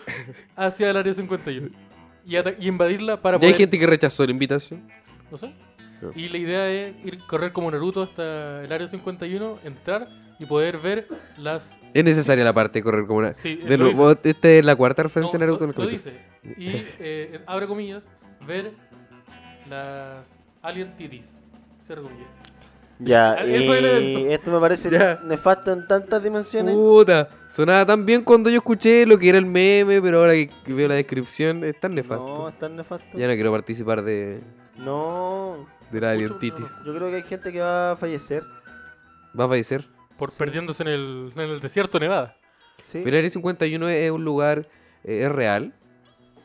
B: hacia el área 51 y, ata- y invadirla para
D: Ya hay
B: poder.
D: gente que rechazó la invitación.
B: No sé.
D: Claro.
B: Y la idea es ir correr como Naruto hasta el área 51, entrar y poder ver las.
D: Es necesaria la parte de correr como una.
B: Sí,
D: De
B: lo
D: nuevo,
B: dice.
D: vos- esta es la cuarta referencia
B: No,
D: de Naruto
B: lo,
D: en el
B: lo
D: capítulo.
B: dice. Y eh, abre comillas, ver las Alien Titties. Cierra comillas.
C: Ya,
B: Ah, Eso es el
C: y
B: evento.
C: esto me parece
D: Ya. Uh,
C: nefasto en tantas dimensiones.
D: Puta, sonaba tan bien cuando yo escuché lo que era el meme, pero ahora que que veo la descripción es tan
C: no,
D: nefasto.
C: es tan nefasto.
D: Ya no quiero participar de,
C: No,
D: de
B: Mucho
D: la alientitis.
B: menos.
C: yo creo que hay gente que va a fallecer.
D: Va a fallecer.
B: Por perdiéndose en el, en el desierto de Nevada.
C: Sí,
D: Pero el Área 51 es un lugar, eh, es real.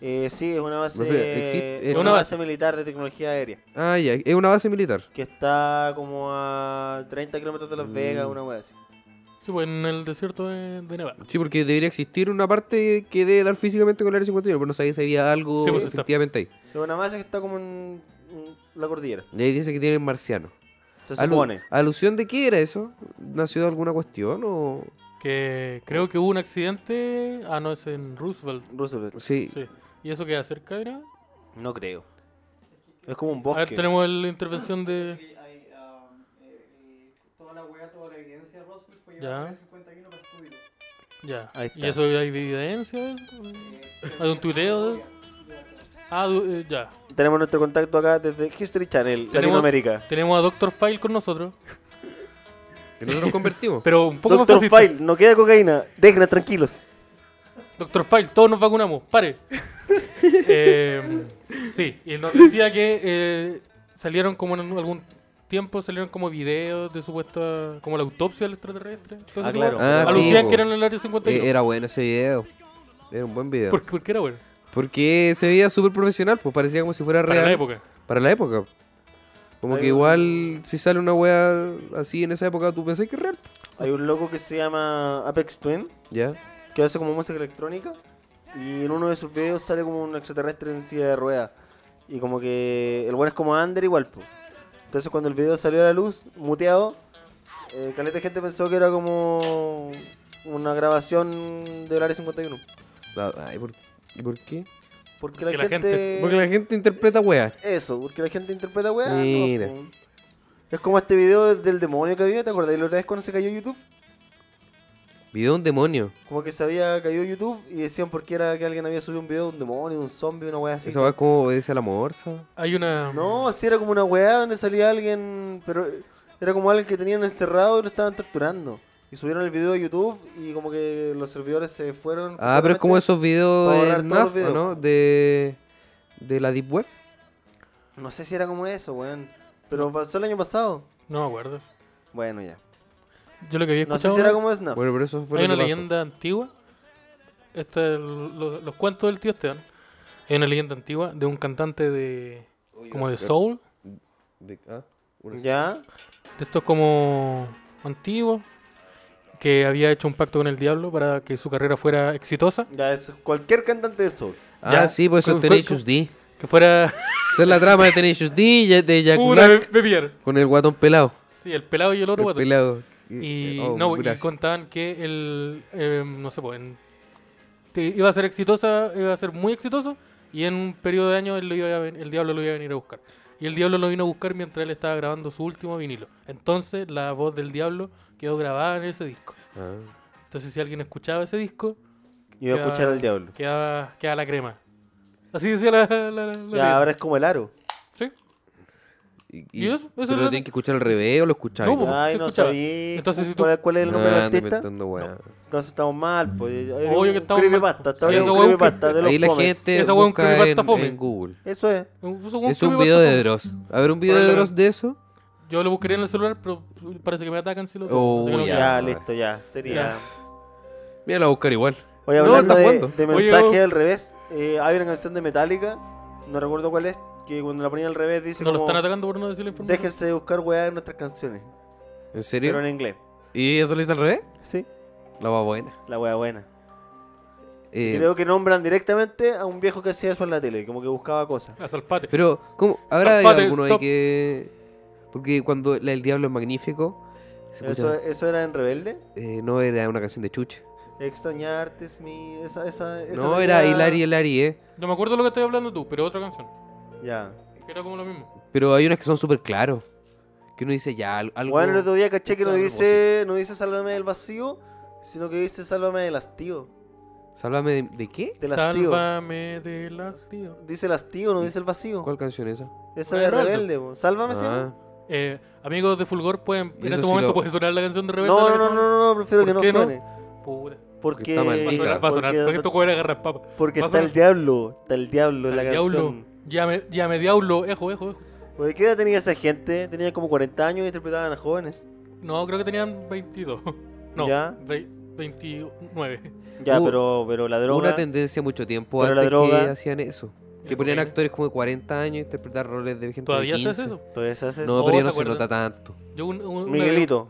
C: Eh, sí es una base,
D: Refiero, existe-
C: es
D: es-
C: una
B: Una
C: base militar de tecnología aérea.
D: Ah, ya, es una base militar.
C: Que está como a 30 kilómetros de Las Vegas,
D: Mm.
C: una wea así.
B: Sí, pues en el desierto de, de Nevada.
D: Sí, porque debería existir una parte que debe dar físicamente con el Área 51, pero no sabía si había algo
B: Sí, pues, está.
D: efectivamente ahí.
C: Es una base que está como en, en la cordillera.
D: Y ahí dice que tienen marciano.
C: Se
D: Alu-
C: supone.
D: ¿Alusión de qué era eso? ¿Nació de alguna cuestión o...?
B: Que creo que hubo un accidente. Ah, no, es en Roosevelt.
C: Roosevelt.
D: Sí,
B: Sí. ¿Y eso queda cerca de Nevada?
C: No creo. Es como un
B: A ver,
C: bosque.
B: tenemos la intervención de.
A: Sí, hay, um, eh, eh, toda la hueá, toda la evidencia de Roswell fue
B: Ya.
A: llevada a 51 para estudio.
B: Ya.
C: Ahí
B: ¿Y
C: está.
B: eso hay evidencia? de eso?
A: Eh,
B: ¿Hay un tuiteo? de- Ah, du- eh, ya.
C: Tenemos nuestro contacto acá desde History Channel,
B: Tenemos-
C: Latinoamérica.
B: Tenemos a Doctor File con nosotros.
D: que nosotros convertimos.
B: Pero un poco
C: Doctor
B: más fácil.
C: File, no queda cocaína. Déjenos tranquilos.
B: Doctor File, todos nos vacunamos. Pare. Eh, sí, y nos decía que eh, salieron como en algún tiempo, salieron como videos de supuesta. como la autopsia del extraterrestre. Entonces,
C: Ah, claro.
B: como
D: Ah, sí,
B: alucían
D: po.
B: que eran en el área
D: Eh,
B: 51.
D: era bueno ese video. Era un buen video.
B: ¿Por, por qué era bueno?
D: Porque se veía súper profesional, pues parecía como si fuera real.
B: Para la época.
D: Para la época. Como
C: Ahí
D: que
C: va.
D: igual si sale una wea así en esa época, tú pensás que es real.
C: Hay un loco que se llama Apex Twin,
D: Ya.
C: que hace como música electrónica. Y en uno de sus videos sale como un extraterrestre en silla de ruedas. Y como que el bueno es como Ander igual, po. Entonces cuando el video salió a la luz, muteado, eh, caleta de gente pensó que era como una grabación del Área 51.
D: La- ay, ¿por, ¿Y por qué?
C: Eh. Porque la,
B: Porque la
C: gente...
B: gente-
D: Porque la gente interpreta weas.
C: Eso, porque la gente interpreta weá.
D: Mira.
C: Es como este video del demonio que había, ¿te acordás la otra vez cuando se cayó YouTube?
D: Video de un demonio.
C: Como que se había caído YouTube y decían por qué era que alguien había subido un video de un demonio, de un zombie, una weá así.
D: Esa wea es como obedece a la morsa.
B: Hay una.
C: No, si era como una weá donde salía alguien, pero era como alguien que tenían encerrado y lo estaban torturando. Y subieron el video a YouTube y como que los servidores se fueron.
D: Ah, pero es como
C: completamente.
D: esos videos
C: Para
D: de
C: borrar todos
D: SNAF,
C: los videos.
D: ¿o ¿no? De, de la Deep Web.
C: No sé si era como eso, weón. Pero pasó el año pasado.
B: No me acuerdo.
C: Bueno, ya.
B: Yo lo que había
C: No sé
B: escuchado.
C: si era como Snap.
D: Bueno, pero eso fue
B: Hay
D: lo
B: una
D: que pasó.
B: leyenda antigua. Este, lo- los cuentos del tío Esteban. Hay una leyenda antigua de un cantante de. como de
D: Oscar.
B: soul.
D: De- ah, una-
C: Ya.
B: De estos como. antiguos. Que había hecho un pacto con el diablo para que su carrera fuera exitosa.
C: Ya, es cualquier cantante de soul.
D: Ah,
B: Ya.
D: sí, pues eso
B: Cu-
D: es
B: cu-
D: Tenacious
B: cu-
D: D.
B: Que fuera.
D: Esa es la trama de Tenacious D y ya- de Jack
B: una
D: Black
B: me, me pillaron.
D: con el guatón pelado.
B: Sí, el pelado y el otro
D: El
B: guato.
D: pelado.
B: Y,
D: Oh,
B: no, y
D: gracias.
B: contaban que el. eh, no sé, pues. en- te- iba a ser exitosa, iba a ser muy exitoso. Y en un periodo de años él lo iba a ven- el diablo lo iba a venir a buscar. Y el diablo lo vino a buscar mientras él estaba grabando su último vinilo. Entonces la voz del diablo quedó grabada en ese disco.
D: Ah.
B: Entonces si alguien escuchaba ese disco,
C: Iba a
B: Ya.
C: escuchar al diablo.
B: quedaba, quedaba la crema. Así decía la... la, la- la
C: Ya,
B: letra.
C: ahora es como el aro.
B: Sí.
D: ¿Y,
B: ¿Y eso? ¿Eso
D: ¿Pero
B: es
D: lo
B: la-
D: tienen que escuchar al revés o lo escucháis?
B: No, po.
D: Ah,
C: Ay,
B: se
C: no
B: escuchaba.
C: sabía.
B: Entonces, si tú-
C: ¿Cuál, cuál es el nombre del
D: ando
C: artista?
D: inventando weá.
C: Entonces estamos mal, pues. Hay
B: Obvio
C: un
B: que estamos
C: creepypasta,
B: mal, po.
C: está
B: Sí,
C: bien,
B: eso
C: un
B: es un
C: creepypasta de los
D: Ahí la
C: fomes.
D: gente
B: Esa weá es un
D: busca en,
B: creepypasta fome.
D: en Google.
C: Eso es.
D: Es un video de Dross. A ver, un video de
B: Ponelo.
D: Dross de eso.
B: Yo lo buscaría en el celular, pero parece que me atacan si lo
D: Oh,
B: así que no
C: Ya,
D: Ya,
B: quiero.
D: weón.
C: listo, ya. Sería.
B: Ya.
D: Mira, la voy a buscar igual.
C: Oye,
D: No,
C: hablando
D: ¿está
C: de,
D: jugando?
C: de
B: Oye,
C: mensaje
B: yo-
C: al revés, eh, hay una canción de Metallica, no recuerdo cuál es, que cuando la ponía al revés dice
B: Nos lo
C: como,
B: están atacando por no decir la información.
C: déjense de buscar weá en nuestras canciones,
D: ¿En
C: pero
D: serio?
C: en inglés.
D: ¿Y eso lo hice al revés?
C: Sí,
D: La va buena.
C: la weá buena.
D: Eh,
C: Creo que nombran directamente a un viejo que hacía eso en la tele, como que buscaba cosas.
B: A Ah, Salpate.
D: Pero, ¿cómo? Ahora hay
B: Zapate,
D: alguno ahí
B: stop.
D: que. Porque cuando la- El Diablo es Magnífico. Se
C: Eso,
D: escucha,
C: eso era en Rebelde.
D: eh, no era una canción de chucha.
C: Extrañarte es mi... Esa, esa, esa
D: No,
C: tenía-
D: era Hilari, Hilari, eh.
B: No me acuerdo lo que estoy hablando tú, pero otra canción.
C: Ya.
B: Que era como lo mismo.
D: Pero hay unas que son súper claros. Que uno dice ya al- algo.
C: Bueno, el otro día caché que no
D: Dame
C: dice, no dice sálvame del vacío, sino que dice sálvame del hastío.
D: Sálvame de, de qué?
C: Del hastío.
B: Sálvame del hastío.
C: Dice el hastío, no dice el vacío.
D: ¿Cuál canción es esa?
C: Esa
B: Ah,
C: de
B: Heraldo.
C: Rebelde, po. Sálvame, ¿sí?
D: Ah,
B: Eh, amigos de Fulgor, pueden,
D: Y
B: en
D: eso
B: este
D: sí
B: momento
D: lo-
B: puede sonar la canción de Rebelde.
C: No, no, no, no, no, prefiero
B: ¿Por
C: que no
B: qué no?
C: suene.
B: Puta.
C: Porque,
D: está
B: Va a
D: maldita.
B: sonar, va a sonar. Porque esto
C: porque,
B: juega a agarrar papa.
C: porque
B: va a
C: está el
B: sonar.
C: diablo, está el diablo en la
B: Al
C: canción.
B: Llame, llame diablo, ejo, ejo, ejo.
C: Oye, ¿qué edad tenía esa gente? Tenía como 40 años y interpretaban a jóvenes.
B: No, creo que tenían 22. No,
C: Ya.
B: ve- 29.
C: Ya,
D: Hubo-
C: pero, pero la droga.
D: Uh, Una tendencia mucho tiempo
C: Pero la
D: antes que
C: droga-
D: hacían eso. Que
B: La
D: ponían
B: cocaína.
D: actores como de 40 años a interpretar roles de gente
B: ¿Todavía
D: de
B: se
D: 15.
B: hace eso?
C: Entonces haces-
D: No,
B: Oh,
D: pero ya
B: ¿se
D: no se
B: acuerdan?
D: nota tanto.
B: Yo un, un- una
C: Miguelito.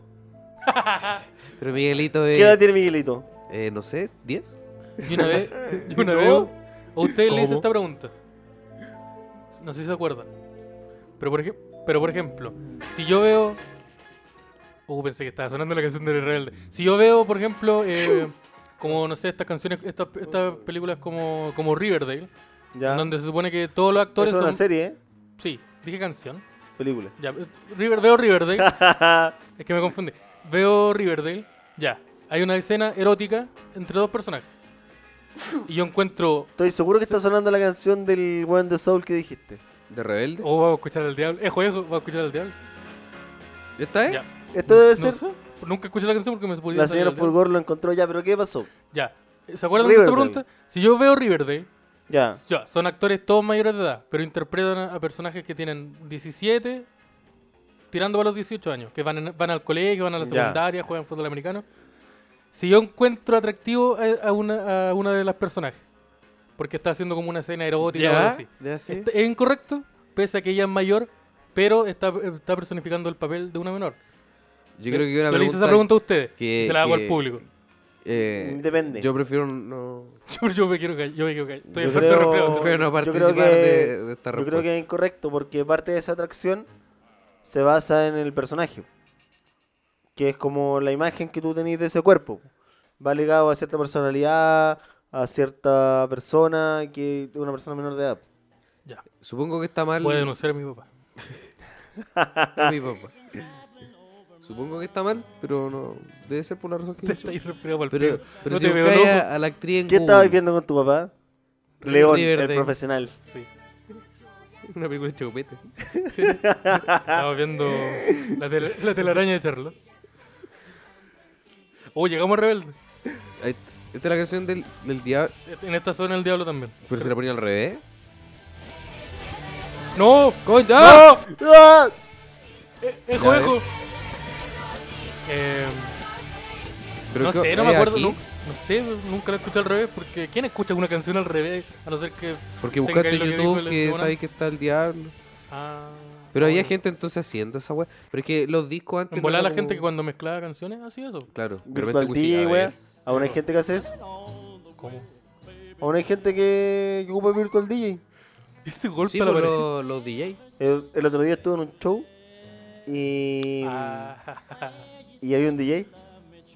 B: vez-
D: Pero Miguelito
C: ¿Qué edad
D: es,
C: tiene Miguelito?
D: eh, no sé, 10.
B: y una vez, y una vez
C: No.
B: a ustedes le hice
D: ¿Cómo?
B: esta pregunta. No sé si se acuerdan. Pero por, ej- pero por ejemplo, si yo veo... Uh, pensé que estaba sonando la canción de Rebelde. Si yo veo, por ejemplo, eh, como, no sé, estas canciones, estas estas películas como, como Riverdale,
C: Ya.
B: donde se supone que todos los
C: Eso
B: actores
C: es una
B: son...
C: serie, ¿eh?
B: Sí, dije canción.
C: Película.
B: Ya, eh, River, veo Riverdale. es que me confundí. Veo Riverdale. Ya. Hay una escena erótica entre dos personajes. Y yo encuentro.
C: Estoy seguro que está sonando la canción del One de Soul que dijiste.
D: ¿De Rebelde?
B: Oh, va a escuchar al diablo. Ejo, ejo, va a escuchar al diablo.
D: ¿Esta es?
B: Ya.
C: Esto debe
B: No
C: ser.
B: sé, Nunca escuché la canción porque me podía
C: La
B: salir
C: señora
B: al diablo.
C: Fulgor lo encontró ya, pero ¿qué pasó?
B: Ya. ¿Se acuerdan de esta
C: Riverdale.
B: pregunta? Si yo veo Riverdale,
C: Ya.
B: ya, son actores todos mayores de edad, pero interpretan a, a personajes que tienen 17, tirando para los 18 años, que van, en- van al colegio, van a la
C: Ya.
B: secundaria, juegan fútbol americano. Si yo encuentro atractivo a, a una, a una de las personajes, porque está haciendo como una escena erótica o algo así.
D: ¿Ya sí?
B: Está- Es incorrecto, pese a que ella es mayor, pero está, está personificando el papel de una menor.
D: Yo creo que una
B: Yo le hice esa
D: pregunta...
B: pregunta a ustedes,
D: que-
B: y se la hago
D: que-
B: al público.
D: eh,
C: Depende.
D: Yo prefiero no...
B: Yo, yo me quiero callar, yo me quiero callar. Estoy
C: Yo
B: enfermo de
C: creo-
B: resfriado.
D: Prefiero no
C: yo creo
D: participar
C: que-
D: de, de esta
C: Yo
D: respuesta.
C: creo que es incorrecto porque parte de esa atracción se basa en el personaje, que es como la imagen que tú tenés de ese cuerpo. Va ligado a cierta personalidad, a cierta persona, que una persona menor de edad.
B: Ya,
D: Supongo que está mal...
B: puede denunciar a mi papá.
C: Ah.
D: a mi papá. pues. Supongo que está mal, pero no... Debe ser por la razón que...
B: Te
D: he dicho.
B: estáis resfriado pa'l
D: Pero,
B: pico.
D: pero
B: no
D: si
B: te veo
D: buscáis
B: loco.
D: a, a la actriz en
C: ¿Qué
D: Google,
C: estabas viendo con tu papá? León, el
D: Riverdale.
C: profesional.
B: Sí.
D: Una película de chocopete.
B: Estaba viendo la, tele- la telaraña de Charlotte. Oh, llegamos a Rebelde.
D: Ahí está. Esta es la canción del, del diablo...
B: En esta zona el diablo también.
D: Pero se la ponía al revés.
B: ¡No!
D: ¡Coño!
B: ¡No!
C: ¡Ah!
B: Eh, ¡Ejo,
D: Ya,
B: ejo! Eh,
D: Pero
B: no
D: ¿qué-
B: sé, no
D: eh,
B: me acuerdo.
D: aquí?
B: nunca- No, sé, nunca la escuché al revés. Porque ¿quién escucha una canción al revés? A no ser que.
D: Porque
B: Tengo
D: buscaste
B: ahí lo que
D: en
B: dijo
D: YouTube
B: el
D: que
B: tribunal.
D: sabéis que está el diablo.
B: Ah,
D: Pero había
B: bueno.
D: gente entonces haciendo esa weá. Pero es que los discos antes.
B: En
D: no
B: volar
D: era
B: la
D: como-
B: gente que cuando mezclaba canciones hacía eso.
D: Claro, de repente
C: Virtual
D: música, a
C: D,
D: ver.
C: wea. Aún hay gente que hace eso.
B: ¿Cómo?
C: Aún hay gente que, que ocupa Virtual DJ.
B: Ese golpe
D: Sí,
B: a la
D: pero
B: pared.
D: los, los DJs.
C: El, el otro día estuve en un show y,
B: Ah,
C: y había un DJ.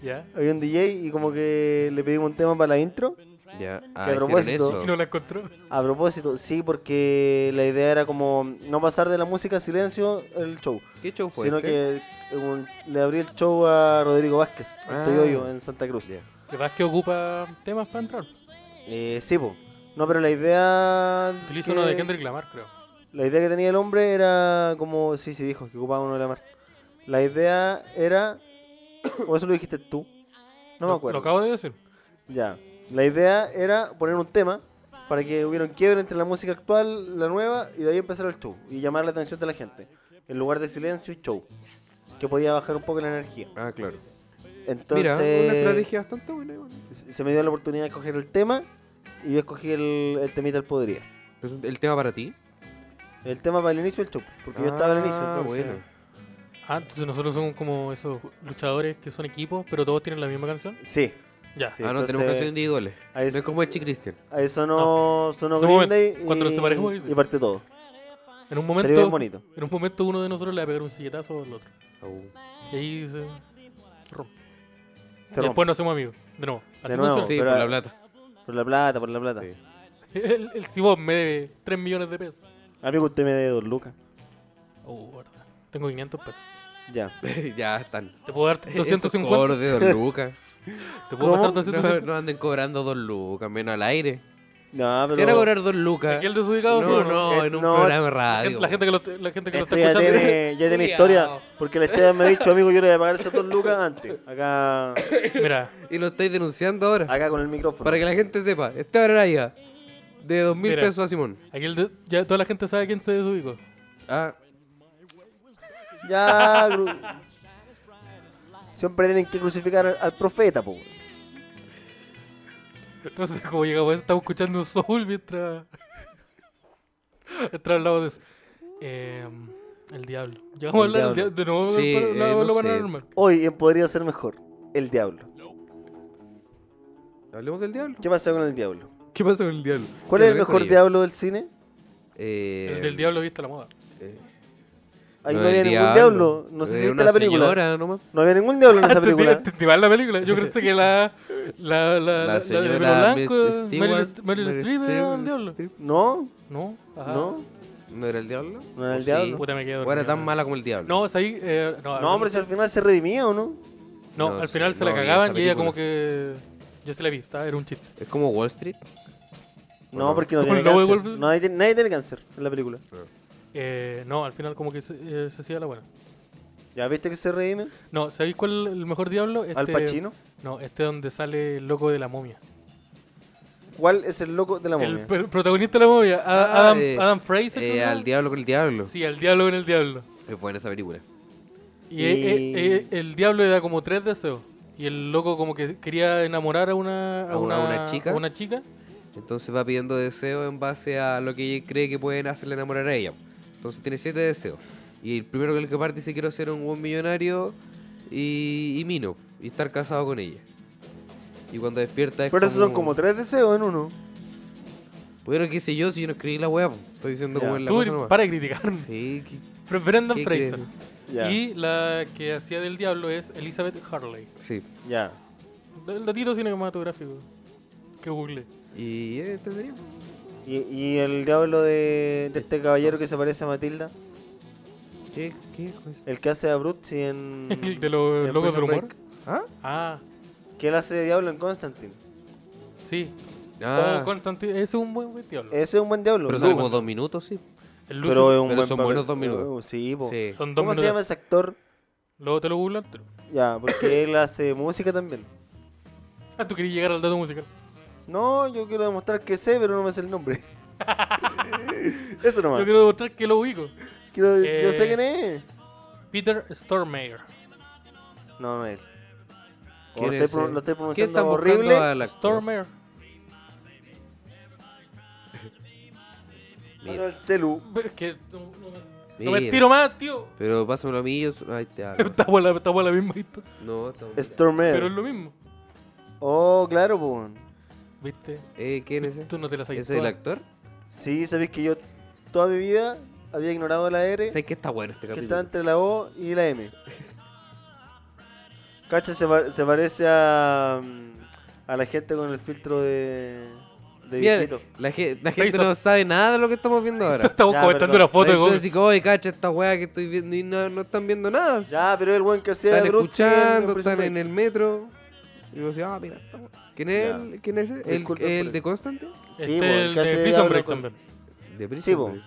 B: ya.
C: Había un DJ y como que le pedimos un tema para la intro
D: Ya.
C: a
D: Ah, hicieron
C: propósito-
D: eso.
B: Y no la encontró.
C: A propósito, sí, porque la idea era como no pasar de la música a silencio el show,
D: ¿Qué show fue?
C: sino
D: este?
C: que eh, un- le abrí el show a Rodrigo Vázquez,
D: Ah.
C: al Toyoyo, en Santa Cruz.
D: Ya.
B: Además que ocupa temas para entrar.
C: Eh, sí, po. No, pero la idea.
B: Utiliza
C: que-
B: uno de Kendrick Lamar, creo.
C: La idea que tenía el hombre era como. Sí, sí, dijo que ocupaba uno de la mar. La idea era. O eso lo dijiste tú. No me
B: Lo-
C: acuerdo.
B: Lo acabo de decir.
C: Ya. La idea era poner un tema para que hubiera un quiebre entre la música actual, la nueva, y de ahí empezar el show. Y llamar la atención de la gente. En lugar de silencio y show. Que podía bajar un poco la energía.
D: Ah, claro.
C: Entonces.
D: Mira, una estrategia bastante buena. igual.
C: Se me dio la oportunidad de escoger el tema. Y yo escogí el, el temita del podría.
D: Pero es un- ¿El tema para ti?
C: El tema para el inicio del show. Porque yo estaba al inicio.
D: Ah,
C: entonces-
D: bueno.
B: Ah, entonces nosotros somos como esos luchadores que son equipos, pero todos tienen la misma canción.
C: Sí.
B: Ya.
C: Sí,
D: ah, no, tenemos
C: entonces-
D: canciones individuales. No
C: ahí
D: es
C: es-
D: como el Chi Christian.
C: Ahí sonó, sonó
B: En un
C: Green
B: momento,
C: Day
B: cuando
C: y,
B: nos separemos, dice.
C: y parte todo.
B: En un
C: Salió bien
B: momento,
C: bonito.
B: en un momento uno de nosotros le va a pegar un silletazo al otro.
D: Au.
B: Y ahí se rompe.
C: Se
B: y
C: rompe.
B: después nos hacemos amigos. De nuevo. Así
C: nuevo.
B: funciona.
D: Sí,
C: pero-
D: por la plata.
C: Por la plata, por la plata.
D: Sí.
B: El, el Cibón me debe 3 millones de pesos.
C: Amigo, usted me debe dos lucas.
B: Oh, verdad. Tengo 500 pesos.
C: Ya.
D: ya están.
B: Te puedo dar
D: Esos
B: 250.
D: cobros de dos lucas.
B: Te puedo pasar
D: No,
B: 250.
D: no anden cobrando dos lucas, menos al aire.
C: No, pero.
D: Si van a cobrar dos lucas.
B: Aquí el desubicado. no.
D: No, no,
C: Eh,
D: en un
C: no.
D: programa
B: La
D: de
B: gente,
D: radio.
B: la gente que lo, la gente que lo
C: Esto
B: está
C: ya
B: escuchando.
C: tiene, ya tiene historia.
D: Culeado.
C: Porque el Esteban me ha dicho, amigo, yo le voy a pagar esas dos lucas antes. Acá,
B: Mira,
D: Y lo estáis denunciando ahora.
C: acá con el micrófono.
D: Para que la gente sepa. Este Esteban Araya. De dos mil
B: Mira.
D: pesos a Simón.
B: aquí el de- ya toda la gente sabe quién se desubicó.
D: Ah,
C: Ya. gru- Siempre tienen que crucificar al, al profeta, po.
B: No sé cómo llegamos a eso. Estamos escuchando un soul mientras. mientras hablamos de eso. Eh, el diablo. Llegamos a
C: El
B: hablar del
C: diablo.
B: diablo. De nuevo,
D: Sí,
B: para-
D: eh,
B: la-
D: no
B: lo
D: sé.
B: paranormal.
C: Hoy en podría ser mejor. El diablo.
D: hablemos del diablo.
C: ¿Qué pasa con el diablo?
D: ¿Qué pasa con el diablo?
C: ¿Cuál
D: Yo
C: es el
D: lo dejo
C: mejor
D: ahí.
C: diablo del cine?
D: Eh,
B: El del diablo viste la moda.
D: eh,
C: Ahí
D: lo
C: no
D: del
C: había ningún diablo. No sé
D: De
C: si viste
D: una
C: la película.
D: señora nomás.
C: No había ningún diablo en esa
B: Te-
C: película.
B: te- te va la película. Yo creo que la. La, la, la,
D: La
B: de
D: señora
B: pelo blanco,
D: Miss
B: Meryl
D: Stewart,
B: St- Meryl
D: Meryl
B: Streep era el
D: Streep,
B: diablo.
D: Streep.
C: No,
B: No, ajá.
C: no.
D: ¿No era el diablo?
C: No era el
D: ¿O
C: diablo.
B: Puta, me quedé
D: ¿O era
B: dormido.
D: tan mala como el diablo?
B: No, es ahí. eh, no,
C: No, hombre, si al final se redimía o no.
B: No,
D: No,
B: al
D: sí,
B: final se
D: no
B: la
D: vi esa
B: cagaban y ella como
D: película.
B: que. Yo se la vi, estaba- era un chiste.
D: ¿Es como Wall Street?
C: No, porque no
B: Como
C: tiene
B: el lobo de
C: cáncer.
B: Wolf-
C: No, nadie, tiene, nadie tiene cáncer en la película.
B: Eh, no, al final como que se, eh, se hacía la buena.
C: ¿Ya viste que se redime?
B: No, ¿sabéis cuál es el mejor diablo? Este,
C: Al Pacino.
B: No, este donde sale el loco de la momia.
C: ¿Cuál es el loco de la
B: El,
C: momia?
B: el protagonista de la momia, a-
D: Ah,
B: Adam,
D: eh,
B: Adam Fraser.
D: Eh,
B: ¿no?
D: al diablo con el diablo.
B: Sí, al diablo con el diablo.
D: Es buena esa película.
B: Y, eh,
C: Y-
B: eh, eh, el diablo le da como tres deseos. Y el loco como que quería enamorar a una,
D: A una- a una chica.
B: a una chica.
D: Entonces va pidiendo deseos en base a lo que ella cree que pueden hacerle enamorar a ella. Entonces tiene siete deseos. Y el primero que el que parte dice quiero ser un buen millonario y, y mino. Y estar casado con ella. Y cuando despierta es
C: Pero esos son como tres deseos en uno.
D: Bueno, qué sé yo, si yo no escribí la weá. po. Estoy diciendo
C: Ya.
D: como es la
B: Tú,
D: cosa nomás.
B: para de criticar.
D: Sí, que-
B: Fr- Brendan
D: ¿Qué
B: Fraser.
C: Ya.
B: Y la que hacía del diablo es Elizabeth Harley.
D: sí.
C: Ya.
B: El datito cinematográfico que google.
D: Y eh, entendería.
C: Y, y el diablo de, de este caballero que se parece a Matilda.
D: ¿Qué, qué es eso?
C: El que hace a Brutzi en.
B: El de los
C: en
B: locos del
C: Prison
B: humor.
C: Break.
D: ¿Ah?
B: Ah,
C: Que él hace de diablo en Constantine.
B: sí.
D: Ah,
B: Oh, Constantine, ese es un buen buen diablo.
C: Ese es un buen diablo.
D: pero
C: Lu-
D: son como dos minutos, sí.
B: El Lucifer,
C: pero es un
D: pero
C: buen
D: son
C: papel.
D: buenos dos minutos.
C: Eh, Sí, po.
D: Sí.
B: son dos
C: ¿Cómo se llama
B: minutos.
C: ese actor?
B: Luego te lo googlan. te-
C: Ya, porque él hace música también.
B: Ah, tú querías llegar al dato musical.
C: No, yo quiero demostrar que sé, pero no me sé el nombre. Eso
B: Yo
C: nomás. Yo,
B: quiero demostrar que lo ubico.
C: quiero-
B: eh,
C: yo sé quién es.
B: Peter Stormare.
C: No, no es. él. O
D: ¿Quién
C: Lo estoy,
D: es
C: pro-
D: él?
C: lo estoy
D: ¿Qué
C: pronunciando
D: están
C: horrible.
D: buscando al actor?
B: Stormare.
C: Mano,
D: Mira,
C: el celu.
B: Pero es que no, no me- no me
D: mira.
B: tiro más, tío.
D: Pero pásamelo a mí yo... Ahí te hablo.
B: Estamos a la, estamos a la misma distancia.
D: No, estamos...
C: Stormer.
B: Pero es lo mismo.
C: Oh, claro, pues.
B: ¿Viste?
D: Eh, ¿Quién es ese?
B: Tú no te la
D: ¿Ese
B: sabes.
D: es el actor?
C: Sí, sabéis que yo toda mi vida había ignorado la R
D: ¿Sabes que está bueno este
C: que
D: capítulo?
C: está entre la O y la M. Cacha se, pa- se parece a. mm, a la gente con el filtro de, de
D: Mira,
C: viejito.
D: la, ge- la gente
B: Facebook.
D: no sabe nada de lo que estamos viendo ahora.
B: Estamos
C: Ya,
B: comentando
C: perdón.
B: una foto de
D: Entonces
B: Google.
D: digo, oye, cacha esta weá que estoy viendo y no, no están viendo nada.
C: Ya, pero el buen que hacía
D: están
C: de Bruce en- en
D: escuchando,
C: Prison
D: están en
C: Break.
D: el metro. Y yo decía, ah, mira, esta weá. ¿quién es,
C: Ya.
D: el, ¿quién es ese? ¿El,
C: Disculpen por
D: el
C: el-
D: de Constantine?
C: Sí,
B: Este
C: bo,
B: es
C: el
B: el
C: que hace
B: de
C: de
B: Prison
C: Abra
B: Break
C: con-
B: también.
D: De Prison
C: Sí, bo.
D: Break.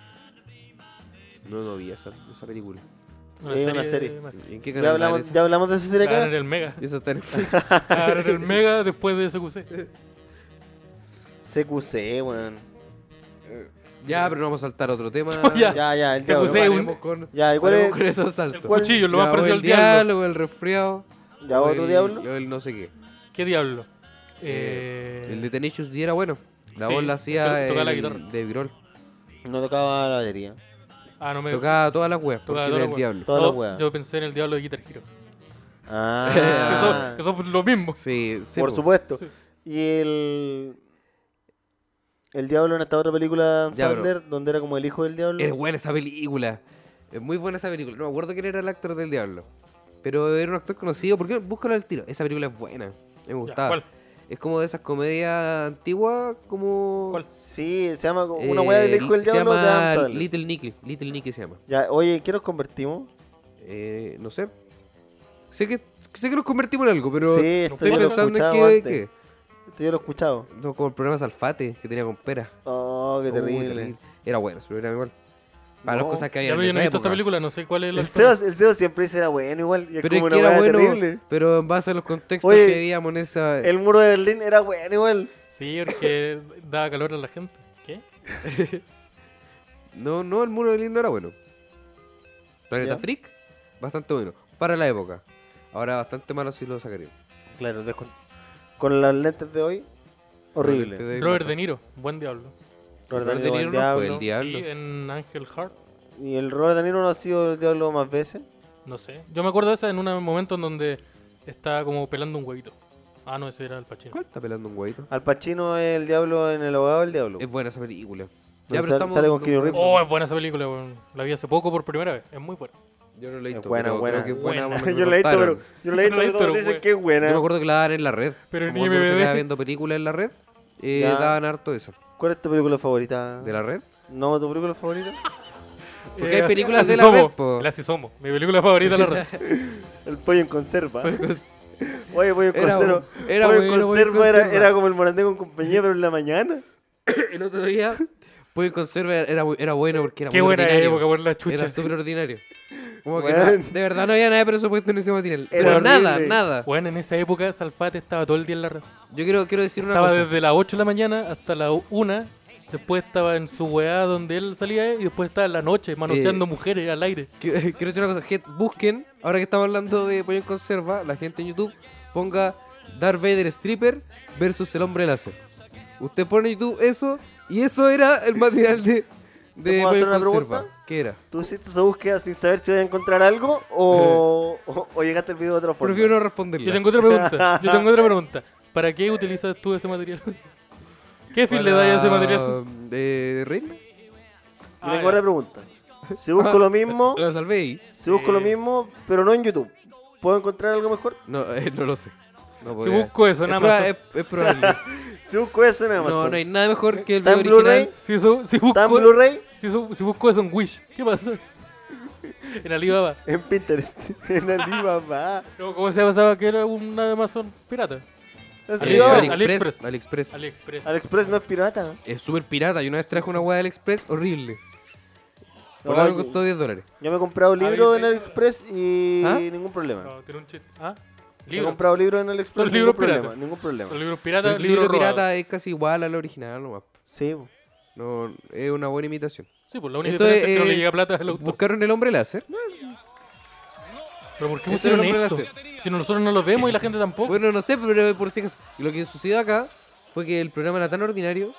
D: No, no vi esa, esa película.
C: Es una
D: ¿En qué canal
C: Ya
D: hablamos,
C: hablamos, ya hablamos de esa serie
B: Cagaron en
C: acá.
B: el Mega.
D: Esa está en
B: Cagaron en el Mega después de SQC.
C: CQC, weón.
D: Ya, pero no vamos a saltar a otro tema.
B: Ya.
C: Ya, ya, el
B: CQC,
C: diablo.
D: No
B: un-
D: paremos con,
C: Ya, ¿y cuál
D: paremos
C: es?
D: con esos saltos.
B: El cuchillo, lo más
D: Ya, o
B: parecido
D: el
B: al diablo.
D: diablo, o el resfriado.
C: ¿Ya
D: o
C: otro
D: el-
C: diablo?
D: o el no sé qué.
B: ¿Qué diablo?
D: Eh,
B: Eh,
D: El de Tenacious D era bueno. La
B: Sí,
D: voz la hacía
B: to- tocaba la
D: el-
B: guitarra.
D: de Virol.
C: No tocaba la batería.
B: Ah, no me.
D: Tocaba todas las weas, porque
B: Tocaba
D: era
B: todas
D: el
B: las
D: diablo.
C: Todas las
B: No,
C: weas.
B: Yo pensé en el diablo de Guitar Hero.
C: Ah,
D: Ah.
B: que, son, que son lo mismo.
D: Sí, sí,
C: por
D: po.
C: supuesto.
B: Sí.
C: Y el. El diablo en esta otra película de Adam
D: Ya, pero-
C: Sandler, donde era como el hijo del diablo.
D: Es buena esa película. Es muy buena esa película. No me acuerdo quién era el actor del diablo. Pero era un actor conocido. ¿Por qué? Búscalo al tiro. Esa película es buena. Me
B: Ya,
D: gustaba.
B: ¿Cuál?
D: Es como de esas comedias antiguas, como...
B: ¿Cuál?
C: Sí, se llama como
D: Eh,
C: una wea del hijo del
D: se
C: diablo de Adam
D: llama
C: Sandler.
D: Little Nicky. Little Nicky se llama.
C: Ya, oye, ¿en ¿qué nos convertimos?
D: Eh, no sé. Sé que, sé que nos convertimos en algo, pero
C: sí, esto
D: estoy
C: yo lo he
D: pensando en
C: escuchado
D: qué...
C: antes.
D: qué.
C: Esto yo lo he escuchado.
D: No, como el problema Salfate que tenía con pera.
C: Oh, qué
D: Uy,
C: terrible.
D: Era bueno, pero era igual. Para
C: No.
D: las cosas que había
B: Ya,
D: en
B: pero yo no
D: esa
B: he visto
D: época.
B: esta película, no sé cuál es la.
C: El Sebas, el Sebas siempre dice era bueno igual, y es como
D: Pero es
C: una
D: que era
C: wea
D: bueno, Eh.
C: terrible.
D: pero en base a los contextos
C: Oye,
D: que vivíamos en esa...
C: El muro de Berlín era bueno igual.
B: Sí, porque daba calor a la gente. ¿Qué?
D: No, no, el muro del no era bueno. Planeta
C: Ya.
D: Freak, bastante bueno. Para la época. Ahora bastante malo si lo sacaría.
C: Claro, descon- con las lentes de hoy, horrible.
D: Te doy
B: Robert
D: cuenta.
B: De Niro, buen diablo.
C: Robert
D: Robert
C: De Niro, el
D: no fue
C: diablo.
D: el diablo.
B: Sí, en Ángel Heart,
C: Y el Robert De Niro no ha sido el diablo más veces.
B: no sé. Yo me acuerdo de esa en un momento en donde está como pelando un huevito. Ah, no, ese era el Pachino.
D: ¿Cuál está pelando un huevito?
C: Al Pacino es el diablo en el abogado del diablo.
D: Es buena esa película.
C: Pero sal- sale con Keanu Reeves.
B: Oh, es buena esa película, weón. la vi hace poco por primera vez, es muy buena.
D: Yo no la he
C: Es
D: visto.
C: buena,
D: pero
C: buena.
D: creo que es buena.
B: Buena.
D: porque me
C: yo la he visto, pero,
D: contaron.
C: yo la he
B: Yo la he
C: visto,
B: visto,
C: pero todos
B: pero bue-
C: dicen que es
D: Yo me
C: buena.
D: acuerdo que la daban en la red.
B: Pero en
D: Como cuando uno se
B: IMDb.
D: quedaba viendo películas en la red, eh,
C: Ya.
D: daban harto eso.
C: ¿Cuál es tu película favorita?
D: ¿De la red?
C: No, tu película favorita.
D: Porque hay
B: así-
D: películas
B: así
D: de la
B: somos,
D: red, po.
B: El Así Somos, mi película favorita de la red.
C: El pollo en conserva. Oye, pollo en
D: Era
C: conserva.
D: bu- era
C: pollo en
D: bueno, pollo en
C: conserva era,
D: conserva.
C: era como el morandé con compañía, pero en la mañana.
D: El otro día, Pollo en Conserva Pues era, bu- era bueno porque era
B: Qué
D: muy
B: buena
D: ordinario.
B: época, por la chucha.
D: Era súper ordinario. Como que
C: Weón.
D: na- de verdad no había nada de presupuesto en ese material.
C: Era
D: Pero nada,
C: horrible.
D: nada.
B: Bueno, en esa época Salfate estaba todo el día en la red.
D: Yo quiero, quiero decir una
B: Estaba
D: cosa.
B: desde las 8 de la mañana hasta la 1. Después estaba en su weá donde él salía y después estaba en la noche manoseando
D: Eh.
B: mujeres al aire.
D: Quiero quiero decir una cosa. Gente, busquen, ahora que estamos hablando de Pollo en Conserva, la gente en YouTube ponga Darth Vader Stripper versus el hombre láser. Usted pone en YouTube eso y eso era el material
C: ¿Te
D: de, de
C: puedo
D: Pollo
C: hacer
D: en
C: una
D: Conserva.
C: pregunta?
D: ¿Qué era?
C: ¿Tú hiciste esa búsqueda sin saber si iba a encontrar algo o, o, o llegaste al video de otra forma?
D: Prefiero no
B: Yo
D: responderle.
B: tengo otra pregunta. Yo tengo otra pregunta. ¿Para qué utilizas tú ese material? ¿Qué fin le das a ese material?
D: Eh, ritmo.
C: Yo
D: Ah,
C: tengo otra pregunta. Si busco lo mismo,
D: Lo salvé ahí.
C: si busco lo mismo, pero no en YouTube, ¿puedo encontrar algo mejor?
D: No, eh, no lo sé. No
B: Si
D: podía.
B: busco eso, nada
D: es, proba-
B: más.
D: es, es probable.
C: Si busco eso en Amazon,
D: no, no hay nada mejor que el
C: ¿Está
D: video
C: en Blu-ray?
D: original. Eh,
B: Si, eso, si,
C: ¿está en
B: busco,
C: Blu-ray?
B: si, eso- si busco eso en Wish, ¿qué pasa? En Alibaba.
C: En Pinterest, en Alibaba.
B: No, ¿Cómo se pasaba que era un Amazon pirata?
C: Es
D: Eh,
B: Alibaba.
C: pirata.
D: AliExpress.
B: AliExpress.
D: AliExpress.
B: AliExpress.
C: AliExpress no es pirata.
D: Es súper pirata. Yo una vez traje una weá de AliExpress horrible.
C: No,
D: Por
C: pues.
D: algo
C: yo-
D: costó 10 dólares.
C: Yo me he comprado libros en AliExpress y
D: ¿Ah?
C: ningún problema.
B: No, tiene un chiste. ¿Ah?
C: Me he
B: Libro.
C: comprado libros en AliExpress,
B: Son
C: ningún
B: libros
C: problema,
B: pirata.
C: ningún problema.
B: Los libros piratas,
D: el libro pirata
B: pirata.
D: es casi igual al original nomás.
C: Sí, bo.
D: No, es una buena imitación.
B: Sí, pues la única
D: Esto
B: diferencia es, que no
D: es,
B: le
D: eh,
B: llega plata al autor.
D: Buscaron el hombre láser.
B: Pero ¿por qué
D: esto es
B: pusieron
D: lo que
B: esto?
D: le
B: Si nosotros no los vemos y la gente tampoco.
D: Bueno, no sé, pero por si acaso. Y Lo que sucedió acá fue que el programa era tan ordinario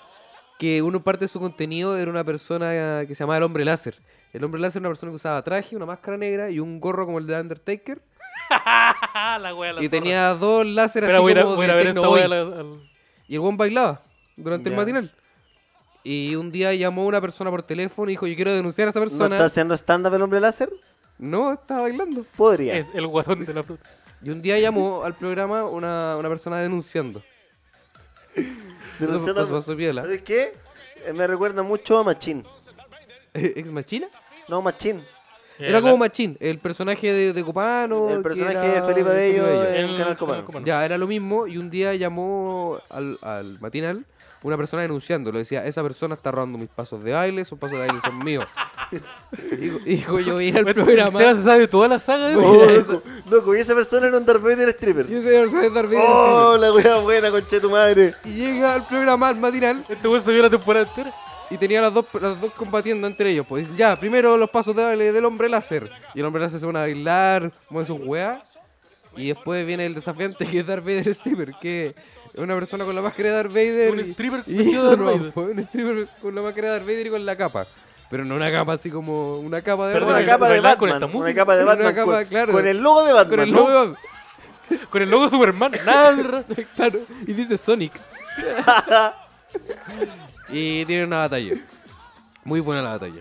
D: que uno parte de su contenido era una persona que se llamaba el hombre láser. El hombre láser era una persona que usaba traje, una máscara negra y un gorro como el de Undertaker.
B: Ah, la wea, la
D: Y
B: zorra.
D: tenía dos láseres
B: Espera,
D: así
B: voy a ir a-
D: como
B: voy a ir
D: de
B: a ver esta
D: Tecnoboy.
B: wea. la- al-
D: Y el one bailaba durante el
C: Ya.
D: matinal. Y un día llamó una persona por teléfono y dijo, yo quiero denunciar a esa
C: ¿No
D: persona.
C: está haciendo stand-up el hombre láser?
D: No, estaba bailando.
C: Podría.
B: Es el guatón de la fruta.
D: Y un día llamó al programa una, una persona denunciando.
C: Denunciando-
D: Paso- paso piola.
C: ¿Sabes qué? Eh, Me recuerda mucho a Machín.
D: Eh, ¿Ex Machina?
C: No, Machín.
D: Era como Machín, el personaje de, de Copano.
C: El
D: que
C: personaje de
D: era-
C: Felipe Bello eh,
B: Bello.
C: en
B: El
C: Canal
B: Canal
C: Copano.
B: Copano.
D: Ya, era lo mismo y un día llamó al, al matinal una persona denunciándolo. Decía, esa persona está robando mis pasos de baile, esos pasos de baile son míos. Y dijo- y dijo, yo voy a ir al programa.
B: Seba se sabe toda la saga ¿eh? de
C: Oh, loco, loco, y esa persona era un Darth Vader stripper.
D: Y ese personaje de Darth Vader
C: ¡Oh, la wea buena, conche tu madre!
D: Y llega al programa, al matinal,
B: Este weón se vio la temporada entera.
D: y tenía las dos, las dos combatiendo entre ellos. Pues dicen, ya, primero los pasos de baile del hombre láser. Y el hombre láser se van a bailar, mueven sus weas. Y después viene el desafiante que es Darth Vader Stripper, que es una persona con la máscara de Darth Vader.
B: Un
D: y-
B: stripper
D: y
B: vestido de
D: eso
B: Darth
D: nomás,
B: Vader.
D: po, Un stripper con la máscara de Darth Vader y con la capa. Pero no una capa así como una capa de
B: Pero
D: verdad,
B: baila-
C: Una capa de
B: bailar con
C: Batman.
B: esta
C: Una
B: música.
C: capa de
D: Una
C: Batman.
D: capa,
C: con-
D: claro.
C: Con el logo de Batman.
D: con el
C: ¿no?
D: logo,
B: Con el logo Superman. Nada. del ra-
D: claro, y dice Sonic. y tiene una batalla. Muy buena la batalla.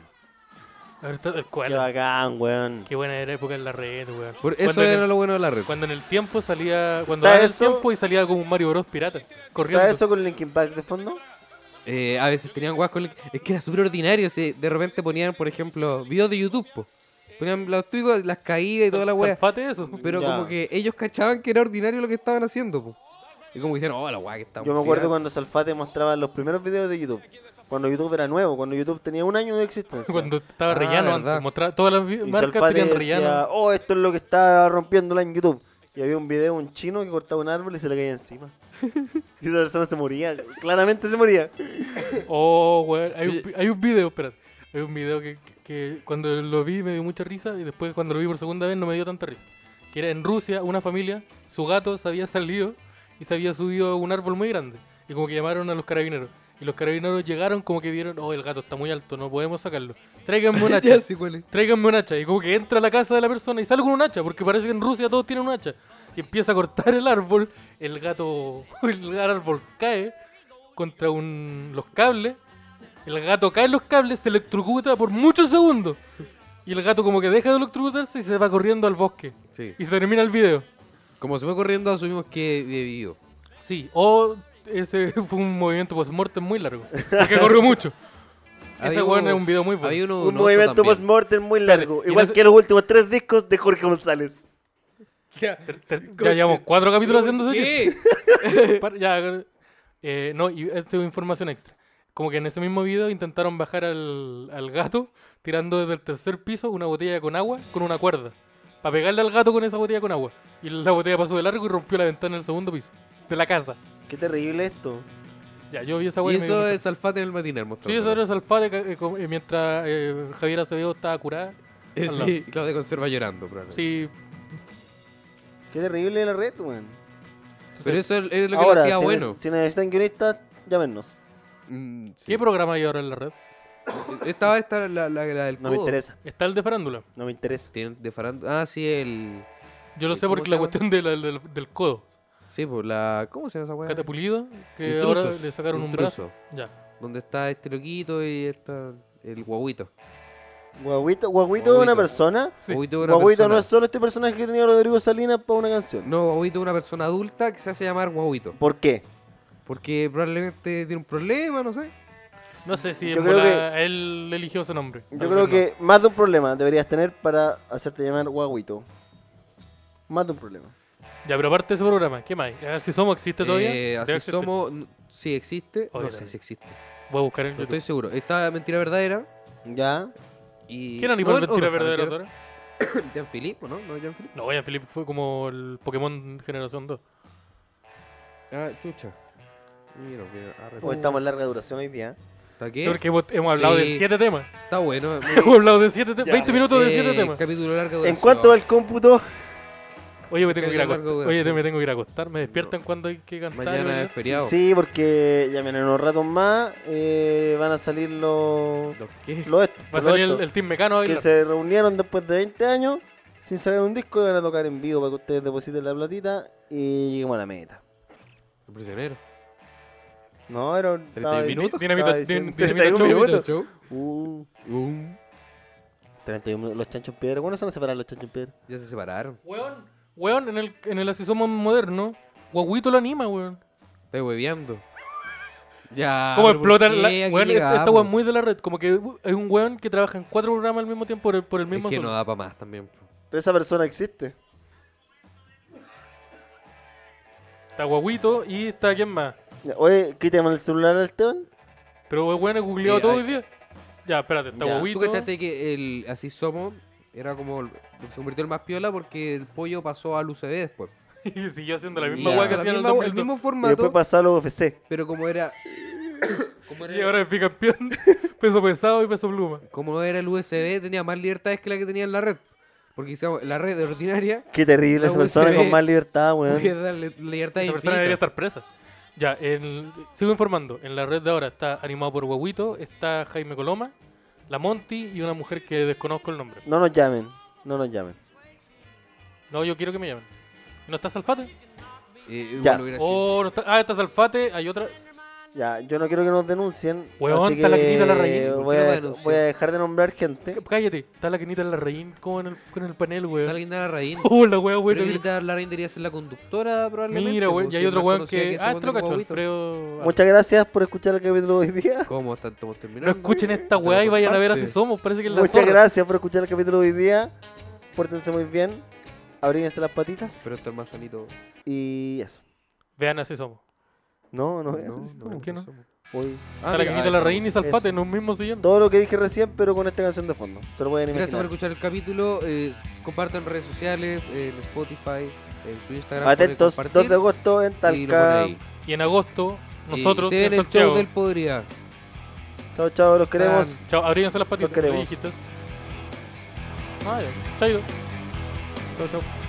B: A ver, está-
C: Qué
B: ¿cuál?
C: bacán, weón.
B: Qué buena era época en la red, weón.
D: Por eso
B: Cuando en
D: era
B: el-
D: lo bueno de la red.
B: Cuando en el tiempo salía. Cuando
C: ¿Está
B: daba el
C: eso?
B: tiempo y salía como un Mario Bros. pirata. Corriendo.
C: ¿Sabes eso con Linkin Park de fondo?
D: Eh, a veces tenían guas con... Es que era súper ordinario. si de repente ponían, por ejemplo, videos de YouTube. po. Ponían los típicos, las caídas y toda la wea.
B: Zafate eso.
D: Pero
C: Ya.
D: como que ellos cachaban que era ordinario lo que estaban haciendo. po. Y como que dijeron, oh, la wea que está
C: Yo me acuerdo cuando Salfate mostraba los primeros videos de YouTube. Cuando YouTube era nuevo, cuando YouTube tenía un año de existencia.
B: Cuando estaba
D: Ah,
B: rellano
D: verdad.
B: antes. mostraba- todas las vi-
C: y
B: marcas
C: Salfate
B: tenían
C: decía,
B: rellano.
C: oh, esto es lo que está rompiéndola en YouTube. Y había un video, un chino que cortaba un árbol y se le caía encima. y esa persona se moría, claramente se moría.
B: Oh, weón. Hay, un- hay un video, espérate. Hay un video que, que cuando lo vi me dio mucha risa y después cuando lo vi por segunda vez no me dio tanta risa. Que era en Rusia, una familia, su gato se había salido y se había subido a un árbol muy grande. Y como que llamaron a los carabineros. Y los carabineros llegaron como que vieron, oh, el gato está muy alto, no podemos sacarlo. Tráiganme un hacha.
D: Ya sé cuál es.
B: Tráiganme un hacha. Y como que entra a la casa de la persona y sale con un hacha, porque parece que en Rusia todos tienen un hacha. Y empieza a cortar el árbol, el gato, el árbol cae contra un, los cables, el gato cae en los cables, se electrocuta por muchos segundos. Y el gato como que deja de electrocutarse y se va corriendo al bosque.
D: Sí.
B: Y se termina el video.
D: Como se fue corriendo, asumimos que vivió.
B: Sí, o ese fue un movimiento post-mortem muy largo, que corrió mucho. Ese
D: Había
B: weón
D: uno-
B: es un video muy bueno.
D: Había uno
C: un
D: dudoso
C: movimiento
D: Uh, también.
C: post-mortem muy largo.
B: Espérate, y
C: Igual
B: no sé-
C: que los últimos tres discos de Jorge González.
B: Ya, ya llevamos cuatro capítulos haciendo eso.
D: ¿Qué?
B: Para- ya, eh, no, y esto es información extra. Como que en ese mismo video intentaron bajar al, al gato tirando desde el tercer piso una botella con agua con una cuerda. Para pegarle al gato con esa botella con agua. Y la botella pasó de largo y rompió la ventana del segundo piso. De la casa.
C: Qué terrible esto.
B: Ya, yo vi esa
D: Y
B: wea y me dio
D: eso
B: mucha-
D: es Alfate en el matinal, mostró.
B: Sí, eso era Salfate ca- eh, com- eh, mientras eh, Javier Acevedo estaba curada.
D: Eh,
B: al
D: Sí, Claudia Conserva llorando, probablemente.
B: Sí,
C: Qué terrible la red, weón.
D: Pero eso es es lo que lo
C: Ahora,
D: hacía
C: si,
D: bueno.
C: ne- si necesitan guionistas, llámenos.
D: Mm, sí.
B: ¿qué programa hay ahora en la red?
D: Estaba esta, la, la, la del
C: No me
D: codo.
C: interesa,
B: Está el de Farándula.
C: no me interesa.
D: Tienen de farándula- Ah, sí, el.
B: Yo lo
D: ¿Y
B: sé
D: cómo
B: porque
D: se
B: la
D: llama?
B: cuestión de la- del, del codo.
D: Sí, pues la. ¿Cómo se llama esa weá?
B: Catapulido, que
D: Intrusos,
B: ahora le sacaron un brazo.
D: Intruso,
B: Ya.
D: Donde está este loquito y está el guaguito.
C: Guaguito, guaguito es una
D: Guaguito.
C: persona.
B: Sí.
D: Guaguito es una
C: Guaguito
D: persona-
C: no es solo este personaje que tenía Rodrigo Salinas para una canción.
D: No, guaguito es una persona adulta que se hace llamar guaguito.
C: ¿Por qué?
D: Porque probablemente tiene un problema, no sé.
B: No sé si
C: Yo
B: en
C: creo
B: bola él eligió ese nombre.
C: Yo
B: Tal
C: creo
B: vez
C: que más de un problema deberías tener para hacerte llamar guaguito. Más de un problema.
B: no. Ya, pero aparte de ese programa, ¿qué más? hay? ¿Así somos? ¿Existe todavía?
D: Eh,
B: Debe
D: así
B: existir.
D: somos. n- Sí, existe.
B: Oye,
D: no sé
B: dale.
D: si existe.
B: Voy a buscar en
D: No
B: YouTube.
D: estoy seguro. Está mentira verdadera.
C: ¿Ya?
D: Y...
B: ¿Quién
D: No,
B: animó el
D: no,
B: Mentira
D: no,
B: Verdadera
D: Mentira-
B: ahora?
D: Jean-Philippe, ¿no? ¿No es Jean-Philippe?
B: No, ya Felipe fue como el Pokémon Generación 2.
D: Ah, chucha. Mira, mira, arre-
C: Hoy Pues estamos en larga duración hoy día.
D: ¿Está
B: Sí,
D: qué?
B: porque hemos, hemos hablado
D: Sí.
B: de 7 temas.
D: Está bueno. muy-
B: hemos hablado de 7 temas.
C: Ya,
B: 20 minutos de 7
D: eh,
B: temas.
D: Capítulo largo.
C: ¿En cuánto va el cómputo?
B: Oye, me tengo que ir a
D: capítulo largo,
B: acostar.
D: duración.
B: Oye, te- me tengo que ir a acostar. Me despiertan cuando hay que cantar.
D: Mañana
B: ¿verdad?
D: es feriado.
C: Sí, porque ya miren, en unos ratos más eh, van a salir los...
D: ¿Los qué?
C: Los estos,
B: Va a
C: los
B: salir
C: estos,
B: el, el Team Mecano ahí.
C: que se reunieron después de 20 años sin sacar un disco y van a tocar en vivo para que ustedes depositen la platita y lleguemos a la meta.
D: Los prisioneros.
C: No, era un...
D: 31 minutos.
B: Dinamita,
C: estaba diciendo-
B: din- dinamita
C: 31
B: show.
C: minutos.
D: Show.
C: Uh,
D: Um,
C: 31 minutos. Los chanchos en piedra. ¿Cuándo se van a separar los chanchos en piedra?
D: ya se separaron.
B: Weón, weón, en el, en el Así Somos Moderno, Guaguito lo anima, weón.
D: Estoy hueveando. Ya.
B: ¿Cómo
D: Ah, pero ¿por
B: explotan la.?
D: qué? ¿A qué
B: Weón, este- esta
D: llegamos?
B: weón muy de la red. Como que uh, es un weón que trabaja en cuatro programas al mismo tiempo por el, por el
D: Es
B: mismo
D: que no
B: asunto.
D: da para más también. po.
C: Esa persona existe.
B: Está guaguito y está quién más.
C: Ya, Oye, quítame el celular al Esteban.
B: Pero weón, he googleado
D: Eh,
B: todo
D: ay.
B: hoy día. Ya, espérate, está
C: Ya.
B: guaguito.
D: ¿Tú cachaste que el Así Somos era como. Se convirtió en más piola porque el pollo pasó al UCB después.
B: Y siguió haciendo la misma
D: Y
B: weá
D: hizo
B: que
D: la
B: hacía en el
D: misma
B: 2002.
D: hue- el mismo
C: Y después
D: formato,
C: pasó a los UFC.
D: pero como era. como
B: Y
D: era-
B: ahora es bicampeón. peso pesado y peso pluma.
D: como era el USB, tenía más libertades que la que tenía en la red. Porque digamos, la red ordinaria
C: Qué terrible
D: La
C: esa persona
D: USB.
C: con más libertad,
D: podía
C: weón.
D: darle libertad
B: Esa persona debería
D: infinita.
B: estar presa. Ya, el- sigo informando. En la red de ahora está animado por Guaguito, está Jaime Coloma, la Monty y una mujer que desconozco el nombre.
C: No nos llamen. No nos llamen.
B: No, yo quiero que me llamen. ¿No está Salfate?
D: Eh,
C: Ya.
D: bueno, hubiera sido-
B: Oh, no está- ah, está Salfate, hay otra.
C: Ya, yo no quiero que nos denuncien.
B: Weón,
C: así
B: está la Quinita Larraín,
C: que
B: ¿por qué
C: voy
D: no la
C: a,
D: denunció?
C: voy a dejar de nombrar gente.
B: Cállate, está la Quinita Larraín como en el, con el panel,
D: Está la
B: weón.
D: Guinda Larraín.
B: Oh, la weá,
D: Pero
B: weón.
D: Guinda Larraín debería ser la conductora, probablemente.
B: Mira,
D: pues,
B: weón, y
D: si
B: hay
D: es
B: otro
D: más
B: weón
D: conocida
B: que.
D: ese
B: Ah,
D: weón
B: esto lo
D: del
B: cacho,
D: Guaguito.
B: Alfredo.
C: Muchas gracias por escuchar el capítulo de hoy día.
D: ¿Cómo está- estamos terminando?
B: No escuchen esta weá y vayan a ver así somos. Parece que es la
C: Muchas
B: zorra.
C: gracias por escuchar el capítulo de hoy día. Pórtense muy bien. Abríguense las patitas.
D: Pero esto es más sanito.
C: Y eso.
B: Vean así somos.
D: Ah,
C: No, no,
D: No,
C: es-
D: no,
B: ¿por qué no?
D: somos.
C: Hoy-
D: Ah,
B: está la
D: mira,
B: Quinita
D: ahí
B: Larraín y
D: estamos.
B: Salfate
C: Eso.
B: en un mismo sillón.
C: Todo lo que dije recién, pero con esta canción de fondo. Se lo pueden imaginar.
D: Gracias por escuchar el capítulo. eh, compartan en redes sociales, eh, en Spotify, en su Instagram. pueden
C: Atentos,
D: compartir
C: 2 de agosto en
D: y lo ponen
C: Talca.
D: ahí.
B: Y en agosto, nosotros.
D: Y se
B: en
D: ven el
B: Santiago.
D: show del Podría.
C: Chao, chao, los queremos.
D: Tan-
B: Chao, abríganse las patitas.
C: queremos.
B: orejitas. Ah, ya. Chairo.
D: Chau, chau.